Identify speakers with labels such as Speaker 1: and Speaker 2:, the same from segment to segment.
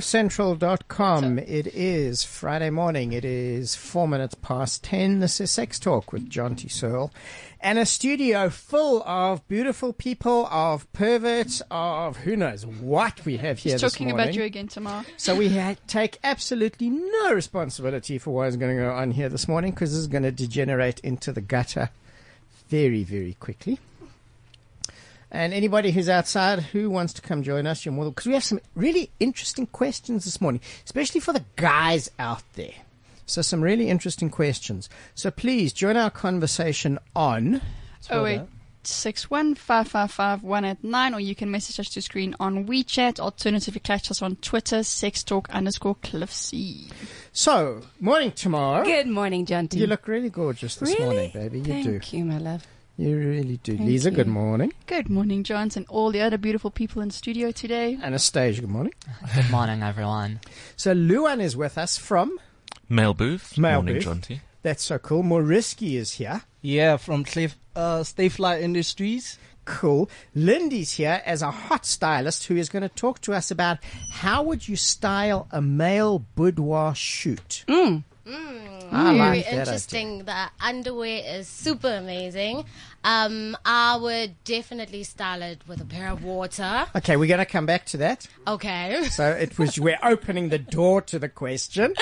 Speaker 1: CliffCentral.com. It is Friday morning. It is four minutes past ten. This is Sex Talk with John T. Searle. And a studio full of beautiful people, of perverts, of who knows what we have here
Speaker 2: He's
Speaker 1: this
Speaker 2: talking
Speaker 1: morning.
Speaker 2: about you again tomorrow.
Speaker 1: So we ha- take absolutely no responsibility for what is going to go on here this morning because this is going to degenerate into the gutter very, very quickly. And anybody who's outside who wants to come join us, you're more because we have some really interesting questions this morning, especially for the guys out there. So some really interesting questions. So please join our conversation on.
Speaker 2: Oh eight six one five five five one eight nine, or you can message us to screen on WeChat. Alternatively, catch us on Twitter, sextalk underscore cliff C.
Speaker 1: So morning tomorrow.
Speaker 3: Good morning, Jonty.
Speaker 1: You look really gorgeous this morning, baby. You
Speaker 3: Thank
Speaker 1: do.
Speaker 3: you, my love.
Speaker 1: You really do. Lisa,
Speaker 3: you.
Speaker 1: good morning.
Speaker 2: Good morning, Johns, and all the other beautiful people in studio today.
Speaker 1: Anastasia, good morning.
Speaker 4: Good morning, everyone.
Speaker 1: So Luan is with us from.
Speaker 5: Mail booth.
Speaker 1: Mail
Speaker 5: Morning,
Speaker 1: booth.
Speaker 5: Jonty.
Speaker 1: That's so cool. Moriski is here.
Speaker 6: Yeah, from Cliff, uh, Stayfly Industries.
Speaker 1: Cool. Lindy's here as a hot stylist who is going to talk to us about how would you style a male boudoir shoot.
Speaker 3: Mm.
Speaker 1: I
Speaker 7: Hmm.
Speaker 1: like
Speaker 7: very
Speaker 1: that idea.
Speaker 7: interesting. The underwear is super amazing. Um, I would definitely style it with a pair of water.
Speaker 1: Okay, we're going to come back to that.
Speaker 7: Okay.
Speaker 1: So it was we're opening the door to the question.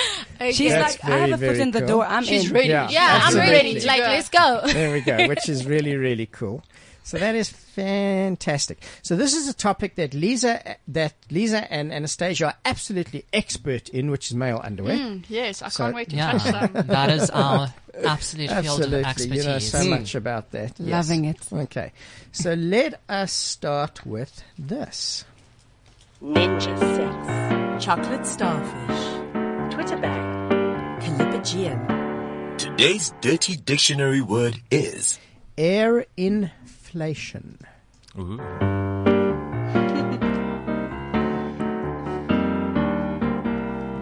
Speaker 3: She's
Speaker 1: That's
Speaker 3: like, I have
Speaker 1: very,
Speaker 3: a foot
Speaker 1: very
Speaker 3: in the
Speaker 1: cool.
Speaker 3: door. I'm
Speaker 2: She's
Speaker 3: in.
Speaker 2: ready.
Speaker 1: Yeah.
Speaker 7: yeah, I'm ready.
Speaker 2: Absolutely.
Speaker 7: Like, let's go.
Speaker 1: There we go, which is really, really cool. So that is fantastic. So this is a topic that Lisa, that Lisa and Anastasia are absolutely expert in, which is male underwear.
Speaker 2: Mm, Yes, I
Speaker 1: So-
Speaker 2: can't wait to
Speaker 4: Yeah,
Speaker 2: touch them.
Speaker 4: that is our absolute field of
Speaker 1: Absolutely,
Speaker 4: expertise.
Speaker 1: you know so
Speaker 2: Hmm.
Speaker 1: much about that. Yes.
Speaker 3: Loving it.
Speaker 1: Okay, so let us start with this.
Speaker 8: Ninja Sex, Chocolate Starfish, Twitter Bag, Calipagium,
Speaker 9: Today's dirty dictionary word is
Speaker 1: Air inflation.
Speaker 5: Ooh.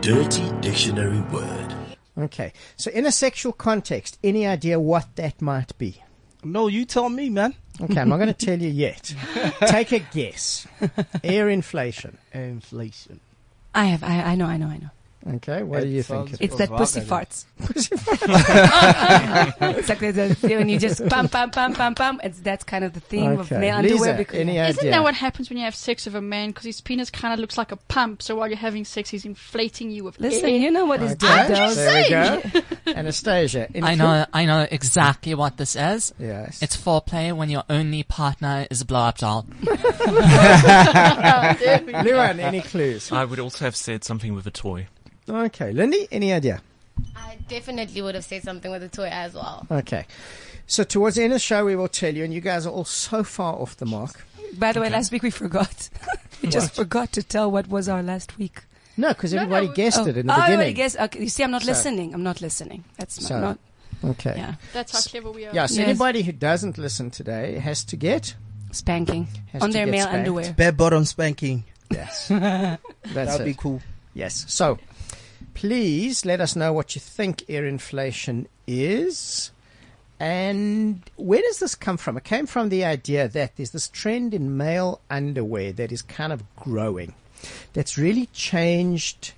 Speaker 9: dirty dictionary word.
Speaker 1: Okay, so in a sexual context, any idea what that might be?
Speaker 6: No, you tell me, man.
Speaker 1: Okay, I'm not going to tell you yet. Take a guess. Air inflation.
Speaker 6: Inflation.
Speaker 3: I have. I, I know. I know. I know.
Speaker 1: Okay, what do
Speaker 6: It
Speaker 1: you
Speaker 6: sounds-
Speaker 1: think? it-
Speaker 3: It's that
Speaker 6: Well,
Speaker 3: pussy
Speaker 6: then.
Speaker 3: farts. it's like there's a, when you just pam pam pam pam pam. It's that's kind of the thing with
Speaker 1: Okay,
Speaker 3: male underwear.
Speaker 1: Lisa,
Speaker 3: because
Speaker 1: any
Speaker 2: Isn't
Speaker 1: idea?
Speaker 2: that what happens when you have sex with a man? Because his penis kind of looks like a pump. So while you're having sex, he's inflating you with
Speaker 3: listen,
Speaker 2: air.
Speaker 3: you know what is
Speaker 1: Okay,
Speaker 3: dead though.
Speaker 1: there we go. Anastasia.
Speaker 4: I
Speaker 1: anything?
Speaker 4: know, I know exactly what this is.
Speaker 1: Yes.
Speaker 4: It's foreplay when your only partner is a blow-up doll.
Speaker 1: Luan, any clues?
Speaker 5: I would also have said something with a toy.
Speaker 1: Okay, Lindy, any idea?
Speaker 7: I definitely would have said something with a toy as well.
Speaker 1: Okay. So towards the end of the show, we will tell you, and you guys are all so far off the mark.
Speaker 3: By the way, last week we forgot. we just
Speaker 1: What?
Speaker 3: forgot to tell what was our last week.
Speaker 1: No, because everybody guessed it in the
Speaker 3: oh,
Speaker 1: beginning.
Speaker 3: I guess. Okay, you see, I'm not listening. I'm not listening. That's not.
Speaker 1: So-
Speaker 3: not
Speaker 1: okay.
Speaker 3: yeah.
Speaker 2: That's how clever we are.
Speaker 1: Yeah, so
Speaker 3: Yes.
Speaker 1: anybody who doesn't listen today has to get.
Speaker 3: Spanking
Speaker 1: Has
Speaker 3: on
Speaker 1: to
Speaker 3: their
Speaker 1: get
Speaker 3: male
Speaker 1: spanked.
Speaker 3: underwear.
Speaker 6: Bare bottom spanking.
Speaker 1: Yes. That's
Speaker 6: That'd
Speaker 1: it.
Speaker 6: be cool.
Speaker 1: Yes. So please let us know what you think air inflation is. And where does this come from? It came from the idea that there's this trend in male underwear that is kind of growing, that's really changed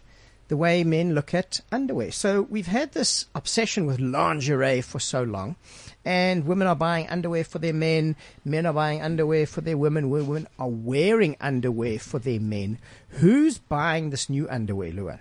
Speaker 1: the way men look at underwear. So we've had this obsession with lingerie for so long, and women are buying underwear for their men, men are buying underwear for their women, women are wearing underwear for their men. Who's buying this new underwear, Luan?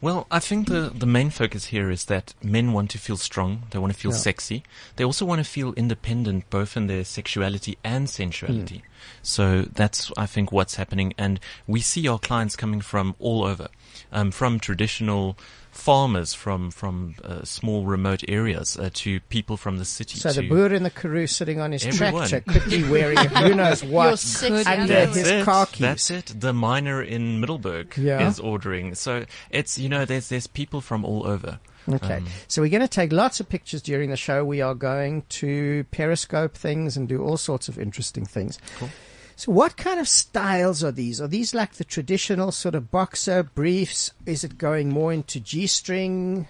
Speaker 5: Well, I think the, the main focus here is that men want to feel strong, they want to feel
Speaker 10: Yeah.
Speaker 5: sexy, they also want to feel independent both in their sexuality and sensuality.
Speaker 1: Hmm.
Speaker 5: So that's, I think, what's happening. And we see our clients coming from all over, um, from traditional farmers, from, from uh, small remote areas, uh, to people from the city.
Speaker 1: So the
Speaker 5: to-
Speaker 1: Boer in the Karoo sitting on his
Speaker 5: Everyone.
Speaker 1: tractor could be wearing who knows what under
Speaker 5: That's
Speaker 1: his
Speaker 5: it.
Speaker 1: car keys.
Speaker 5: That's it. The miner in Middleburg
Speaker 1: Yeah.
Speaker 5: is ordering. So it's you know there's there's people from all over.
Speaker 1: Okay.
Speaker 5: Um,
Speaker 1: so we're going to take lots of pictures during the show. We are going to periscope things and do all sorts of interesting things.
Speaker 5: Cool.
Speaker 1: So what kind of styles are these? Are these like the traditional sort of boxer briefs? Is it going more into G-string?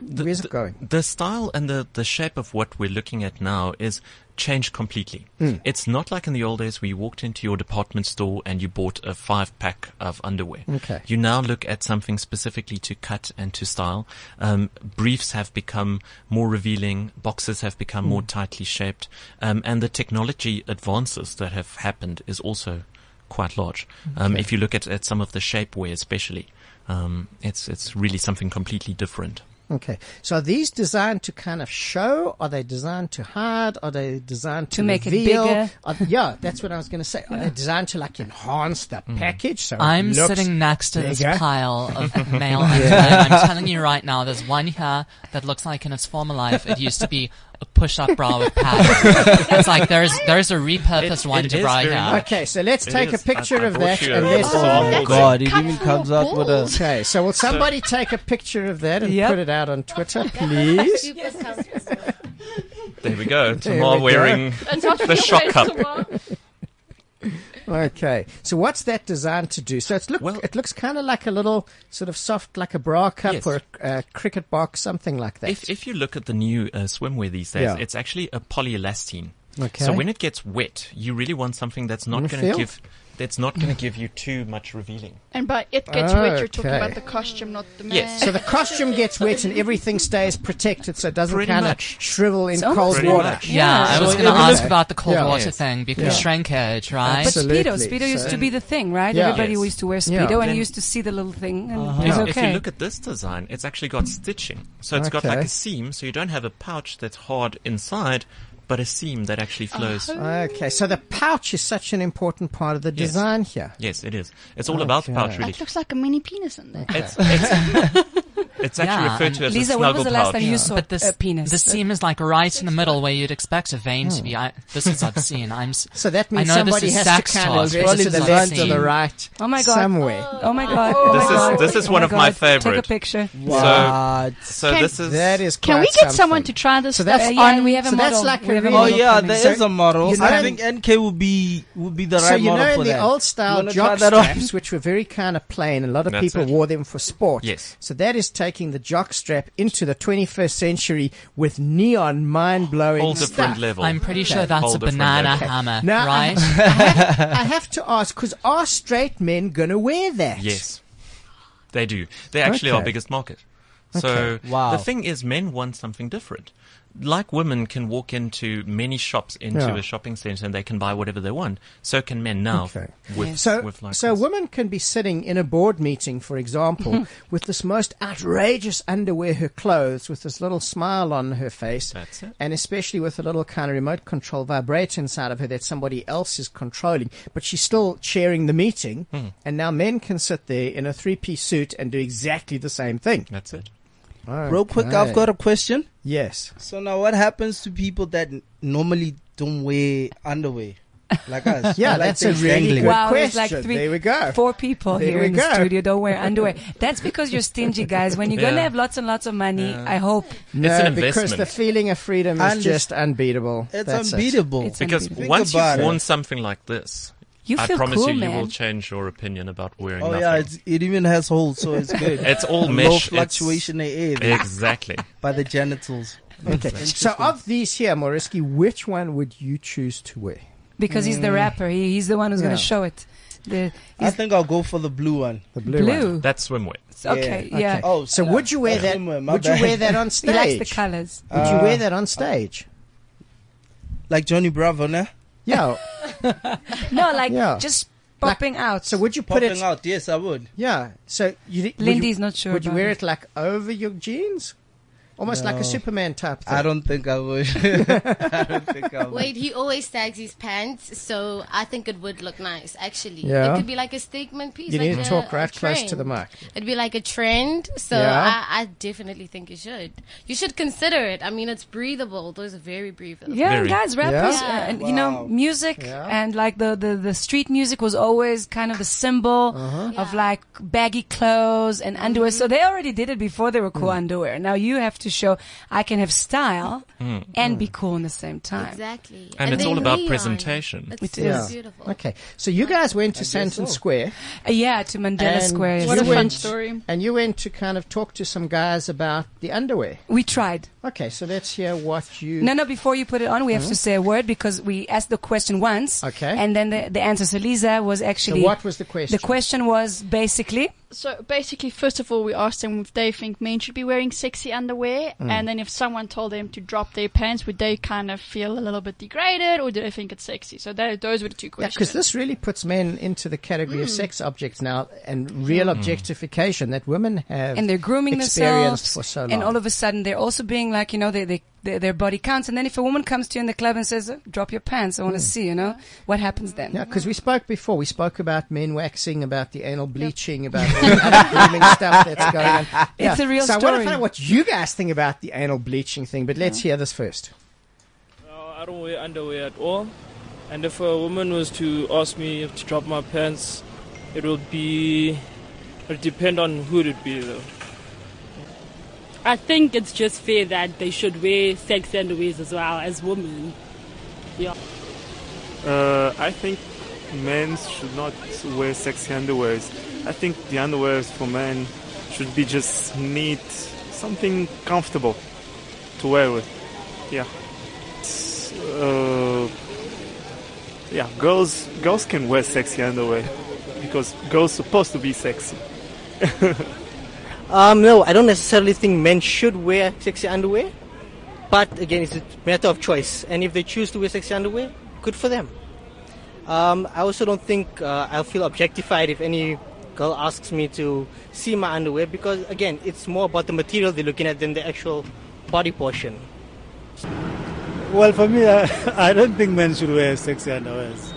Speaker 1: Where's it going?
Speaker 5: Hmm. Uh, the style and the, the shape of what we're looking at now is changed completely.
Speaker 1: Mm.
Speaker 5: It's not like in the old days where you walked into your department store and you bought a five pack of underwear.
Speaker 1: Okay.
Speaker 5: You now look at something specifically to cut and to style. Um, briefs have become more revealing. Boxes have become more
Speaker 10: Mm.
Speaker 5: tightly shaped. Um, and the technology advances that have happened is also quite large. Um,
Speaker 10: Okay.
Speaker 5: If you look at, at some of the shapewear especially, um, it's, it's really something completely different.
Speaker 1: Okay. So are these designed to kind of show? Are they designed to hide? Are they designed to,
Speaker 3: To make it
Speaker 1: reveal?
Speaker 3: bigger?
Speaker 1: Are- yeah, that's what I was going to say. Are they designed to like enhance the
Speaker 5: Hmm.
Speaker 1: package? So it
Speaker 4: I'm
Speaker 1: looks
Speaker 4: sitting next to this
Speaker 1: bigger?
Speaker 4: pile of male underwear. and I'm telling you right now, there's one here that looks like in its former life it used to be a push-up bra with pads. it's like there's there's a repurposed one to bra here.
Speaker 1: Okay, so let's
Speaker 4: It
Speaker 1: take
Speaker 4: is.
Speaker 1: a picture
Speaker 4: I- I
Speaker 1: of
Speaker 4: brought
Speaker 1: that.
Speaker 4: you
Speaker 1: and
Speaker 4: a
Speaker 1: let's-
Speaker 4: sample Oh,
Speaker 6: God, it even comes out with a.
Speaker 1: Okay, so will somebody take a picture of that and put it out on Twitter, please?
Speaker 5: There we go.
Speaker 1: There
Speaker 5: Tamar
Speaker 1: we go.
Speaker 5: wearing the shock cup.
Speaker 1: Okay, so what's that designed to do? So it's look, it looks kind of like a little sort of soft, like a bra cup
Speaker 5: Yes.
Speaker 1: or a, a cricket box, something like that.
Speaker 5: If, if you look at the new uh, swimwear these days,
Speaker 1: Yeah.
Speaker 5: it's actually a polyelastine.
Speaker 1: Okay.
Speaker 5: So when it gets wet, you really want something that's not
Speaker 1: Gonna
Speaker 5: going to
Speaker 1: feel?
Speaker 5: give that's not going to give you too much revealing.
Speaker 2: And by it gets wet, you're talking
Speaker 1: Okay.
Speaker 2: about the costume, not the man.
Speaker 1: So the costume gets wet and everything stays protected, so it doesn't
Speaker 4: Pretty
Speaker 1: kind of
Speaker 4: much.
Speaker 1: shrivel in cold water.
Speaker 4: Yeah, I was
Speaker 1: So
Speaker 4: going to
Speaker 1: it
Speaker 4: ask
Speaker 1: looks-
Speaker 4: about the cold
Speaker 1: Yeah.
Speaker 4: water thing because
Speaker 1: Yeah.
Speaker 4: shrinkage, right?
Speaker 3: But Speedo, Speedo used to be the thing, right?
Speaker 4: Yeah.
Speaker 3: Everybody
Speaker 5: Yes.
Speaker 3: used to wear
Speaker 5: Yeah.
Speaker 3: Speedo and
Speaker 5: Then- Uh-huh.
Speaker 3: used to see the little thing. And
Speaker 1: Uh-huh.
Speaker 5: Now,
Speaker 3: it was
Speaker 5: If
Speaker 3: okay.
Speaker 5: you look at this design, it's actually got stitching. So it's got like
Speaker 1: Okay.
Speaker 5: a seam, so you don't have a pouch that's hard inside, but a seam that actually flows.
Speaker 2: Uh-huh.
Speaker 1: Okay, so the pouch is such an important part of the
Speaker 5: Yes.
Speaker 1: design here.
Speaker 5: Yes, it is. It's all about the pouch, really.
Speaker 2: That looks like a mini penis in there.
Speaker 5: It's, it's, it's actually
Speaker 4: Yeah,
Speaker 5: referred
Speaker 4: and-
Speaker 5: to as a snuggle pouch.
Speaker 4: But this, The seam is like right in the middle where you'd expect a vein to be. I, this is obscene. I'm s-
Speaker 1: Oh. So that means
Speaker 4: I know
Speaker 1: somebody
Speaker 4: this is
Speaker 1: has
Speaker 4: sex
Speaker 1: to kind of
Speaker 4: talk,
Speaker 1: dress
Speaker 4: but this
Speaker 1: to the
Speaker 4: is
Speaker 1: left or
Speaker 4: obscene.
Speaker 1: the right.
Speaker 3: Oh my God.
Speaker 1: Somewhere.
Speaker 3: Oh my God. Oh
Speaker 5: This
Speaker 3: my
Speaker 5: is
Speaker 3: God.
Speaker 5: this is
Speaker 3: Oh
Speaker 5: one
Speaker 3: my
Speaker 5: of my
Speaker 3: God. Take a
Speaker 5: favorite.
Speaker 3: picture.
Speaker 5: So, so
Speaker 3: Can-
Speaker 5: this is
Speaker 1: that is
Speaker 3: Can
Speaker 1: quite
Speaker 3: we get
Speaker 1: something.
Speaker 3: someone to try this
Speaker 1: So that's
Speaker 3: stuff? Uh, yeah,
Speaker 1: on-
Speaker 3: we have a
Speaker 1: so That's
Speaker 3: model.
Speaker 1: like
Speaker 3: We have a
Speaker 1: really-
Speaker 6: Oh yeah, there is a model.
Speaker 1: You know,
Speaker 6: I think NK would be would be the
Speaker 1: so
Speaker 6: right
Speaker 1: you
Speaker 6: model
Speaker 1: know
Speaker 6: for
Speaker 1: in the
Speaker 6: that.
Speaker 1: old
Speaker 6: You
Speaker 1: style
Speaker 6: wanna try
Speaker 1: jock
Speaker 6: that on?
Speaker 1: straps, which were very kind of plain, a lot of
Speaker 5: That's
Speaker 1: people
Speaker 5: it.
Speaker 1: wore them for sport.
Speaker 5: Yes.
Speaker 1: So that is taking the jock strap into the 21st century with neon, mind blowing
Speaker 5: Whole
Speaker 1: stuff.
Speaker 5: different level.
Speaker 4: I'm pretty sure that's
Speaker 5: Whole
Speaker 4: a
Speaker 5: different
Speaker 4: banana
Speaker 5: level.
Speaker 4: hammer,
Speaker 1: Now, I-
Speaker 4: right?
Speaker 1: I, have, I have to ask, because are straight men going to wear that?
Speaker 5: Yes, they do. They're actually our
Speaker 1: Okay.
Speaker 5: biggest market. So
Speaker 1: Okay. Wow.
Speaker 5: the thing is, men want something different. Like women can walk into many shops into
Speaker 1: Yeah.
Speaker 5: a shopping center and they can buy whatever they want. So can men now. With,
Speaker 1: so,
Speaker 5: with like
Speaker 1: so women can be sitting in a board meeting, for example, with this most outrageous underwear, her clothes, with this little smile on her face,
Speaker 5: That's it.
Speaker 1: and especially with a little kind of remote control vibrator inside of her that somebody else is controlling, but she's still chairing the meeting.
Speaker 5: Mhm.
Speaker 1: And now men can sit there in a three-piece suit and do exactly the same thing.
Speaker 5: That's it.
Speaker 6: Real quick, I've got a question.
Speaker 1: Yes.
Speaker 6: So now, what happens to people that n- normally don't wear underwear, like us?
Speaker 1: Yeah,
Speaker 6: Like
Speaker 1: that's a
Speaker 6: they
Speaker 1: really
Speaker 6: dangling.
Speaker 1: good
Speaker 3: Wow, there's like
Speaker 1: question.
Speaker 3: three,
Speaker 1: There we go.
Speaker 3: four people
Speaker 1: There
Speaker 3: here
Speaker 1: we
Speaker 3: in
Speaker 1: go.
Speaker 3: the studio don't wear underwear. That's because you're stingy, guys. When you're gonna
Speaker 1: Yeah.
Speaker 3: have lots and lots of money, I hope.
Speaker 1: No, because the feeling of freedom is
Speaker 3: Undes-
Speaker 1: just unbeatable.
Speaker 3: It's
Speaker 1: That's it.
Speaker 3: unbeatable. It's
Speaker 5: because
Speaker 3: unbeatable.
Speaker 5: once
Speaker 3: Think
Speaker 5: you've
Speaker 3: about
Speaker 5: worn
Speaker 3: it.
Speaker 5: something like this,
Speaker 3: You
Speaker 5: I
Speaker 3: feel
Speaker 5: promise
Speaker 3: cool,
Speaker 5: you, you
Speaker 3: man.
Speaker 5: will change your opinion about wearing
Speaker 6: Oh
Speaker 5: nothing.
Speaker 6: yeah, it's, it even has holes, so it's good.
Speaker 5: It's all mesh.
Speaker 6: Low
Speaker 5: It's-
Speaker 6: fluctuation in air.
Speaker 5: Exactly.
Speaker 6: By the genitals.
Speaker 1: Okay. So of these here, Moriski, which one would you choose to wear?
Speaker 3: Because he's the
Speaker 5: Hmm.
Speaker 3: rapper. He, he's the one who's
Speaker 1: Mm. Yeah.
Speaker 3: gonna show it. The,
Speaker 6: I think I'll go for the blue one.
Speaker 1: The
Speaker 3: blue one. Blue?
Speaker 5: That's swimwear.
Speaker 3: Okay, yeah.
Speaker 6: Oh,
Speaker 1: so would you wear
Speaker 6: yeah.
Speaker 1: that?
Speaker 6: Swimwear, my
Speaker 1: would you
Speaker 6: bad.
Speaker 1: wear that on
Speaker 3: He
Speaker 1: stage?
Speaker 3: likes the colours.
Speaker 1: Would you wear
Speaker 6: Uh,
Speaker 1: that on stage?
Speaker 6: Like Johnny Bravo, no?
Speaker 1: Yeah.
Speaker 3: no, like
Speaker 1: Yeah.
Speaker 3: just Popping out.
Speaker 1: So would you put
Speaker 6: Popping
Speaker 1: it?
Speaker 6: out, yes, I would.
Speaker 1: Yeah. So you. would you-
Speaker 6: Lindy's not sure
Speaker 1: Would you
Speaker 6: about
Speaker 1: wear
Speaker 6: it.
Speaker 1: it like over your jeans? Almost like
Speaker 6: No.
Speaker 1: a Superman type thing.
Speaker 6: I don't think I would. I don't think I would.
Speaker 7: Wait, he always tags his pants, so I think it would look nice. Actually,
Speaker 1: Yeah.
Speaker 7: it could be like a statement piece.
Speaker 1: You
Speaker 7: like
Speaker 1: need to
Speaker 7: a-
Speaker 1: talk
Speaker 7: a
Speaker 1: right close to the
Speaker 7: trend.
Speaker 1: mic.
Speaker 7: It'd be like a trend, so
Speaker 1: Yeah.
Speaker 7: I, I definitely think you should. You should consider it. I mean, it's breathable. Those are very breathable.
Speaker 3: Yeah, and guys, rappers,
Speaker 7: Yeah.
Speaker 3: uh, and you know, music and like the, the, the street music was always kind of the symbol
Speaker 1: Uh-huh.
Speaker 3: of like baggy clothes and underwear. So they already did it before they were cool
Speaker 1: Mm.
Speaker 3: underwear. Now you have to show I can have style
Speaker 5: Mm.
Speaker 3: and
Speaker 1: Hmm.
Speaker 3: be cool in the same time.
Speaker 7: Exactly.
Speaker 5: And it's all about presentation.
Speaker 3: It is.
Speaker 1: Okay, so you guys went to Santon
Speaker 3: so.
Speaker 1: Square.
Speaker 3: Uh, yeah, to Mandela Square.
Speaker 1: you
Speaker 3: What a fun
Speaker 1: went-
Speaker 3: story.
Speaker 1: And you went to kind of talk to some guys about the underwear.
Speaker 3: We tried.
Speaker 1: Okay, so let's hear what you.
Speaker 3: No, no, before you put it on, we have
Speaker 1: Mhm.
Speaker 3: to say a word because we asked the question once.
Speaker 1: Okay.
Speaker 3: And then the, the answer, so Lisa, was actually.
Speaker 1: what was the question?
Speaker 3: The question was basically.
Speaker 2: So basically, first of all, we asked them if they think men should be wearing sexy underwear,
Speaker 3: Mm.
Speaker 2: and then if someone told them to drop their pants, would they kind of feel a little bit degraded, or do they think it's sexy? So tho- those were the two questions.
Speaker 1: Because this really puts men into the category
Speaker 3: Hmm.
Speaker 1: of
Speaker 2: Mm.
Speaker 1: sex objects now, and real
Speaker 2: Mm.
Speaker 1: objectification that women have
Speaker 3: and they're grooming
Speaker 1: experienced
Speaker 3: themselves
Speaker 1: for so long.
Speaker 3: and all of a sudden they're also being like you know they, they, their their body counts and then if a woman comes to you in the club and says "Oh, drop your pants i want to see you know what happens then
Speaker 1: Mm. Yeah, because we spoke before. We spoke about men waxing, about the anal bleaching, about all the other grooming stuff that's going on.
Speaker 3: It's a real
Speaker 1: so I want to
Speaker 3: story.
Speaker 1: find out what you guys think about the anal bleaching thing, but let's hear this first.
Speaker 10: No, Uh, I don't wear underwear at all. And if a woman was to ask me if to drop my pants, it would be. It depend on who it would be though.
Speaker 11: I think it's just fair that they should wear sex underwears as well as women. Yeah.
Speaker 12: Uh, I think men should not wear sexy underwears. I think the underwears for men should be just neat, something comfortable to wear with. Yeah. It's, Uh, yeah, girls girls can wear sexy underwear because girls supposed to be sexy.
Speaker 13: Um, no, I don't necessarily think men should wear sexy underwear, but again, it's a matter of choice. And if they choose to wear sexy underwear, good for them. Um, I also don't think uh, I'll feel objectified if any girl asks me to see my underwear because, again, it's more about the material they're looking at than the actual body portion.
Speaker 14: Well, for me, I, I don't think men should wear sexy underwears.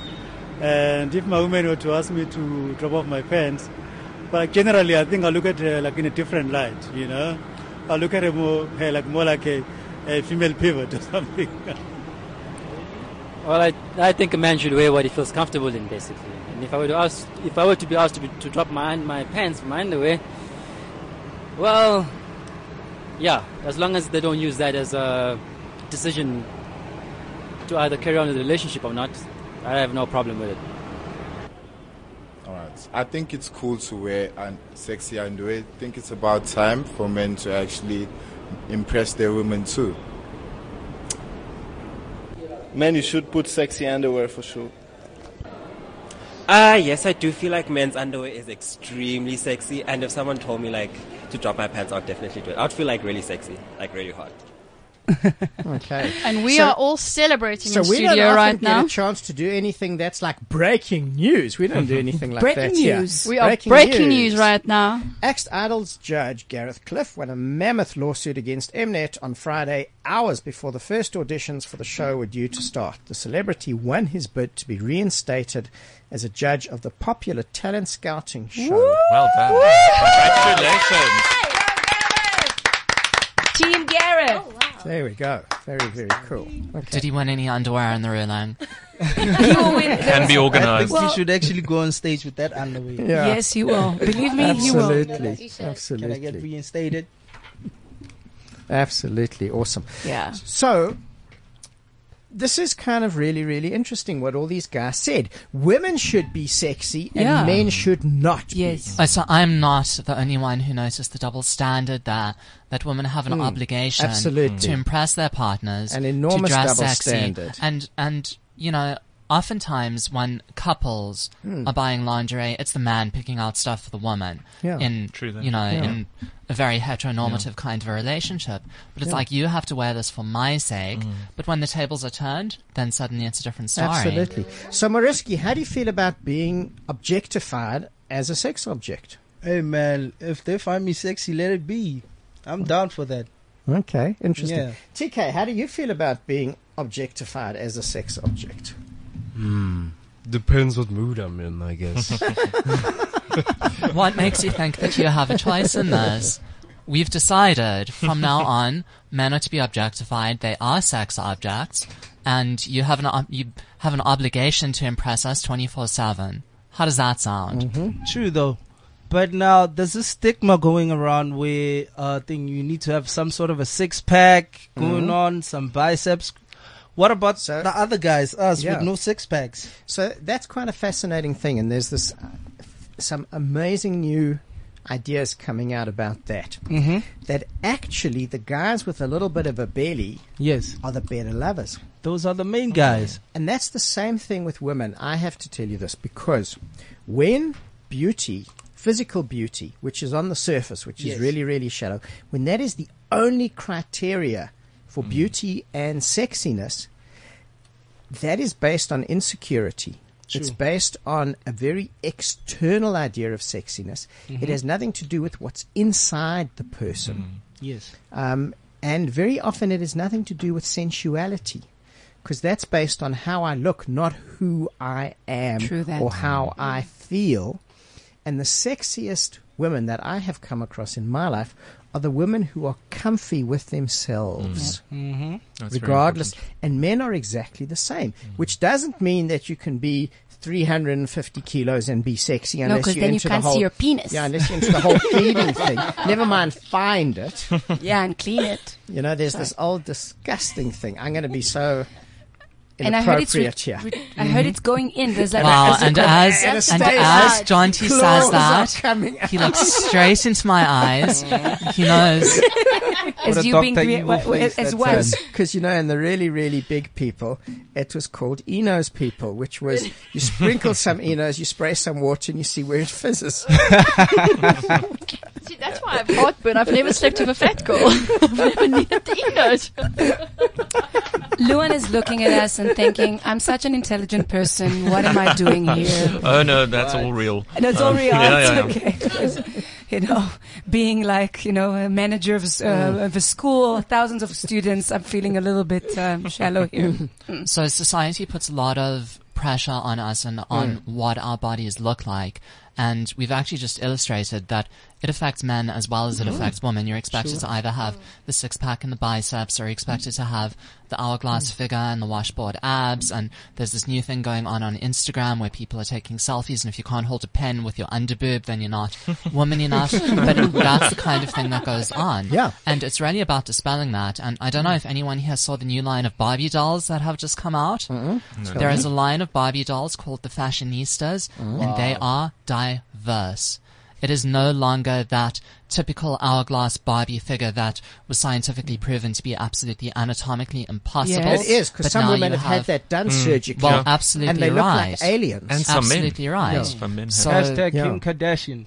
Speaker 14: And if my woman were to ask me to drop off my pants, but generally, I think I look at her like in a different light. You know, I look at her more, her like more like a, a female pivot or something.
Speaker 15: Well, I, I think a man should wear what he feels comfortable in, basically. And if I were to ask, if I were to be asked to, be, to drop my un- my pants, my underwear, well, yeah, as long as they don't use that as a decision to either carry on the relationship or not, I have no problem with it.
Speaker 16: All right. I think it's cool to wear un- sexy underwear. I think it's about time for men to actually impress their women too.
Speaker 17: Men, you should put sexy underwear for sure.
Speaker 18: Ah, yes, I do feel like men's underwear is extremely sexy. And if someone told me like to drop my pants, I'd definitely do it. I'd feel like really sexy, like really hot.
Speaker 1: Okay.
Speaker 2: and we
Speaker 1: So-
Speaker 2: are all celebrating
Speaker 1: So
Speaker 2: in
Speaker 1: we don't
Speaker 2: studio
Speaker 1: often
Speaker 2: right
Speaker 1: get
Speaker 2: now.
Speaker 1: a chance to do anything that's like breaking news. We don't do anything like
Speaker 2: Breaking
Speaker 1: that. here.
Speaker 2: news. We are breaking news right now.
Speaker 1: Axed Idols judge Gareth Cliff won a mammoth lawsuit against Mnet on Friday, hours before the first auditions for the show were due to start. The celebrity won his bid to be reinstated as a judge of the popular talent scouting show.
Speaker 5: Well done. Congratulations.
Speaker 3: team gareth
Speaker 1: There we go. Very, very cool.
Speaker 4: Did he want any underwear in the real line?
Speaker 5: Can be
Speaker 6: I
Speaker 5: organized.
Speaker 6: think you should actually go on stage with that underwear.
Speaker 4: Yeah. Yes, you will. Believe me, you will.
Speaker 1: Absolutely.
Speaker 6: Can I get
Speaker 1: Absolutely.
Speaker 6: reinstated?
Speaker 1: Absolutely awesome.
Speaker 6: Yeah.
Speaker 1: So this is kind of really, really interesting what all these guys said. Women should be sexy and
Speaker 4: Yeah.
Speaker 1: men should not be.
Speaker 4: Uh, so I'm not the only one who noticed the double standard there. That women have an
Speaker 1: Mm,
Speaker 4: obligation
Speaker 1: absolutely.
Speaker 4: to impress their partners,
Speaker 1: An enormous
Speaker 4: to dress
Speaker 1: double
Speaker 4: sexy,
Speaker 1: standard.
Speaker 4: and and you know oftentimes when couples
Speaker 8: Hmm.
Speaker 4: are buying lingerie, it's the man picking out stuff for the woman.
Speaker 8: Yeah.
Speaker 4: In
Speaker 8: True that.
Speaker 4: you know,
Speaker 8: Yeah.
Speaker 4: in a very heteronormative kind of a relationship. But it's
Speaker 8: Yeah.
Speaker 4: like you have to wear this for my sake.
Speaker 8: Mm.
Speaker 4: But when the tables are turned, then suddenly it's a different story.
Speaker 1: Absolutely. So, Mariski, how do you feel about being objectified as a sex object?
Speaker 6: Hey man, if they find me sexy, let it be. I'm down for that.
Speaker 1: Okay, interesting.
Speaker 6: Yeah.
Speaker 1: TK, how do you feel about being objectified as a sex object?
Speaker 19: Hmm. Depends what mood I'm in, I guess.
Speaker 4: what makes you think that you have a choice in this? We've decided from now on, men are to be objectified. They are sex objects, and you have an ob- you have an obligation to impress us twenty four seven. How does that sound?
Speaker 1: Mm-hmm.
Speaker 6: True though. But now there's this stigma going around where uh thing you need to have some sort of a six pack going
Speaker 1: Mhm.
Speaker 6: on, some biceps. What about the other guys, us
Speaker 1: Yeah.
Speaker 6: with no six packs?
Speaker 1: So that's quite a fascinating thing, and there's this uh, some amazing new ideas coming out about that.
Speaker 6: Mhm.
Speaker 1: That actually the guys with a little bit of a belly,
Speaker 6: yes,
Speaker 1: are the better lovers.
Speaker 6: Those are the main guys,
Speaker 1: and that's the same thing with women. I have to tell you this because when beauty, physical beauty, which is on the surface, which
Speaker 6: Yes.
Speaker 1: is really really shallow, when that is the only criteria
Speaker 6: Mm.
Speaker 1: for beauty and sexiness, that is based on insecurity. It's
Speaker 6: True.
Speaker 1: based on a very external idea of sexiness.
Speaker 6: Mhm.
Speaker 1: It
Speaker 3: Mm-hmm.
Speaker 1: has nothing to do with what's inside the person.
Speaker 6: Yes.
Speaker 1: Um, and very often it has nothing to do with sensuality because that's based on how I look, not who I am
Speaker 3: True that. Mm-hmm.
Speaker 1: or how I feel. And the sexiest women that I have come across in my life are the women who are comfy with themselves
Speaker 6: Mm. Mhm. That's very Mm-hmm.
Speaker 1: regardless. And men are exactly the same, which doesn't mean that you can be 350 kilos and be sexy
Speaker 8: No,
Speaker 1: unless
Speaker 8: 'cause
Speaker 1: you're
Speaker 8: then you
Speaker 1: into
Speaker 8: can't
Speaker 1: the
Speaker 8: see
Speaker 1: whole,
Speaker 8: your penis.
Speaker 1: Yeah, unless you're into the whole feeding thing. Never mind, find it.
Speaker 3: Yeah, and clean it.
Speaker 1: You know, there's this old disgusting thing. I'm going to be so
Speaker 3: And I heard it's re-
Speaker 1: inappropriate here.
Speaker 3: re- I
Speaker 1: Mm-hmm.
Speaker 3: heard it's going in. There's like
Speaker 4: Wow,
Speaker 3: a-
Speaker 4: and
Speaker 3: a-
Speaker 4: as
Speaker 3: a
Speaker 4: and
Speaker 3: stage-
Speaker 4: as John T
Speaker 3: Claws
Speaker 4: says
Speaker 3: are coming
Speaker 4: that, he
Speaker 3: out.
Speaker 4: looks straight into my eyes.
Speaker 1: Mm.
Speaker 4: He knows.
Speaker 3: As you being crea- well, as- as well.
Speaker 1: Because, you know, in the really, really big people, it was called Eno's people, which was you sprinkle some Enos, you spray some water, and you see where it fizzes.
Speaker 2: See, that's why I've heartburn. I've never slept with a fat girl. I've never needed to eat those.
Speaker 3: Luan is looking at us and thinking, "I'm such an intelligent person. What am I doing here?"
Speaker 5: oh no, that's all real.
Speaker 3: And Uh, it's all
Speaker 5: Um,
Speaker 3: real.
Speaker 5: yeah, yeah, yeah.
Speaker 3: okay. 'Cause, you know, being like you know a manager of, s- uh,
Speaker 4: Mm.
Speaker 3: of a school, thousands of students. I'm feeling a little bit um, shallow here. Mm.
Speaker 4: So society puts a lot of pressure on us and on
Speaker 3: Mm.
Speaker 4: what our bodies look like. And we've actually just illustrated that it affects men as well as it
Speaker 3: Mm-hmm.
Speaker 8: Mm.
Speaker 4: affects women. You're expected
Speaker 8: Sure.
Speaker 4: to either have the six pack and the biceps, or you're expected to have the
Speaker 3: Mm.
Speaker 4: hourglass figure and the washboard abs. And there's this new thing going on on Instagram where people are taking selfies, and if you can't hold a pen with your underboob, then you're not woman enough. but that's the kind of thing that goes on. Yeah. And it's really about dispelling that. And I don't know if anyone here saw the new line of Barbie dolls that have just come out.
Speaker 1: Mm-hmm.
Speaker 8: No.
Speaker 4: There is a line of Barbie dolls called the Fashionistas,
Speaker 1: Mm-hmm.
Speaker 8: Mm.
Speaker 4: and they are diverse. It is no longer that typical hourglass Barbie figure that was scientifically proven to be absolutely anatomically impossible.
Speaker 1: It is, 'cause
Speaker 4: But
Speaker 1: some
Speaker 4: now
Speaker 1: women
Speaker 4: you
Speaker 1: have had that done surgically.
Speaker 4: Well,
Speaker 1: Yeah.
Speaker 4: absolutely
Speaker 1: And they look like
Speaker 4: right.
Speaker 1: aliens. Mm. And some men.
Speaker 4: absolutely right.
Speaker 1: Yeah. Some men have.
Speaker 4: So-
Speaker 6: Hashtag Kim Kardashian.